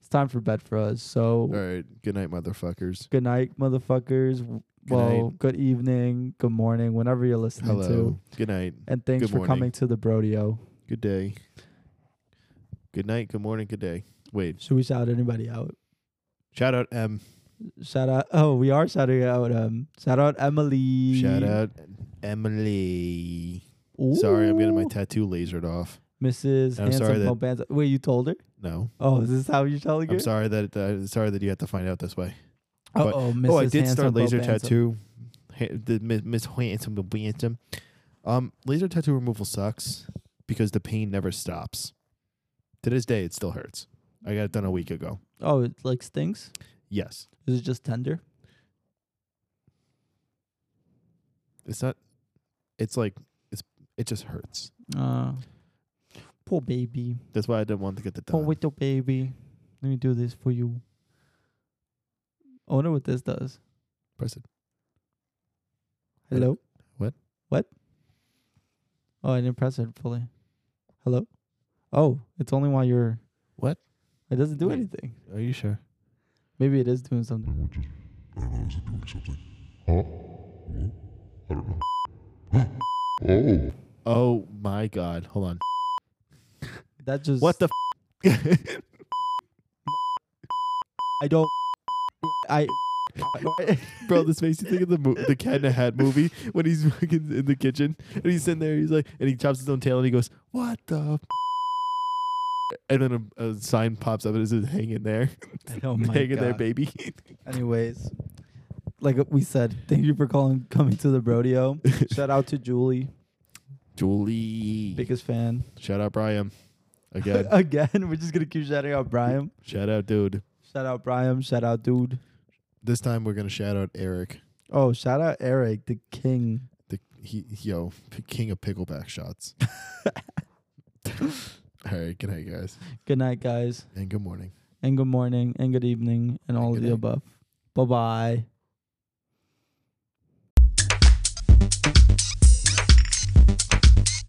Speaker 2: it's time for bed for us. So
Speaker 1: All right. Good night, motherfuckers.
Speaker 2: good night, motherfuckers. well, good evening, good morning, whenever you're listening to.
Speaker 1: Hello. Good night.
Speaker 2: And thanks
Speaker 1: Good
Speaker 2: for
Speaker 1: morning.
Speaker 2: coming to the Brodeo.
Speaker 1: Good day. Good night. Good morning. Good day. Wait.
Speaker 2: Should we shout anybody out?
Speaker 1: Shout out M.
Speaker 2: Shout out! Oh, we are shouting out. Um, shout out Emily.
Speaker 1: Shout out Emily. Sorry, I'm getting my
Speaker 2: Ooh.
Speaker 1: tattoo lasered off.
Speaker 2: Mrs.
Speaker 1: I'm sorry
Speaker 2: Handsome
Speaker 1: that-
Speaker 2: Mobanza. Wait, you told her?
Speaker 1: No.
Speaker 2: Oh, is this how you're telling her?
Speaker 1: I'm sorry that uh, sorry that you had to find out this way.
Speaker 2: Uh
Speaker 1: but-
Speaker 2: oh, Mrs.
Speaker 1: Oh, I did
Speaker 2: Handsome
Speaker 1: start laser
Speaker 2: Mobanza.
Speaker 1: tattoo. Ha- the Miss- Miss Handsome the Bantam. Um, laser tattoo removal sucks because the pain never stops. To this day, it still hurts. I got it done a week ago.
Speaker 2: Oh, it like stings.
Speaker 1: Yes,
Speaker 2: Is it just tender?
Speaker 1: it's not. It's like it's it just hurts.
Speaker 2: Uh, poor baby.
Speaker 1: That's why I didn't want to get the
Speaker 2: Poor
Speaker 1: done.
Speaker 2: little baby. Let me do this for you. I wonder what this does.
Speaker 1: Press it. What?
Speaker 2: Hello.
Speaker 1: What?
Speaker 2: What? Oh, I didn't press it fully. Hello. Oh, it's only while you're.
Speaker 1: What?
Speaker 2: It doesn't do
Speaker 1: Wait.
Speaker 2: anything.
Speaker 1: Are you sure?
Speaker 2: Maybe it is doing something.
Speaker 7: Which is, I don't know, is it doing something? Huh? What? I don't know. oh,
Speaker 1: Oh my god. Hold on.
Speaker 2: That just
Speaker 1: What the f-
Speaker 2: I don't. I
Speaker 1: Bro, this makes you think of the mo- the cat in a hat movie when he's fucking in the kitchen and he's sitting there. He's like, and he chops his own tail and he goes, "What the?" f-" And then a, a sign pops up and it says, "Hang in there,
Speaker 2: oh my
Speaker 1: hang in there,
Speaker 2: God.
Speaker 1: baby."
Speaker 2: Anyways, like we said, thank you for calling coming to the Brodeo. Shout out to Julie,
Speaker 1: Julie,
Speaker 2: biggest fan.
Speaker 1: shout out Brian again.
Speaker 2: Again, we're just gonna keep shouting out Brian.
Speaker 1: shout out, dude.
Speaker 2: Shout out Brian. Shout out dude.
Speaker 1: This time we're gonna shout out Eric.
Speaker 2: Oh, shout out Eric, the king.
Speaker 1: The he yo p- king of pickleback shots. All right, good night, guys,
Speaker 2: Good night, guys,
Speaker 1: and good morning.
Speaker 2: and good morning, and good evening, and all of
Speaker 1: good
Speaker 2: the
Speaker 1: night.
Speaker 2: above. Bye bye.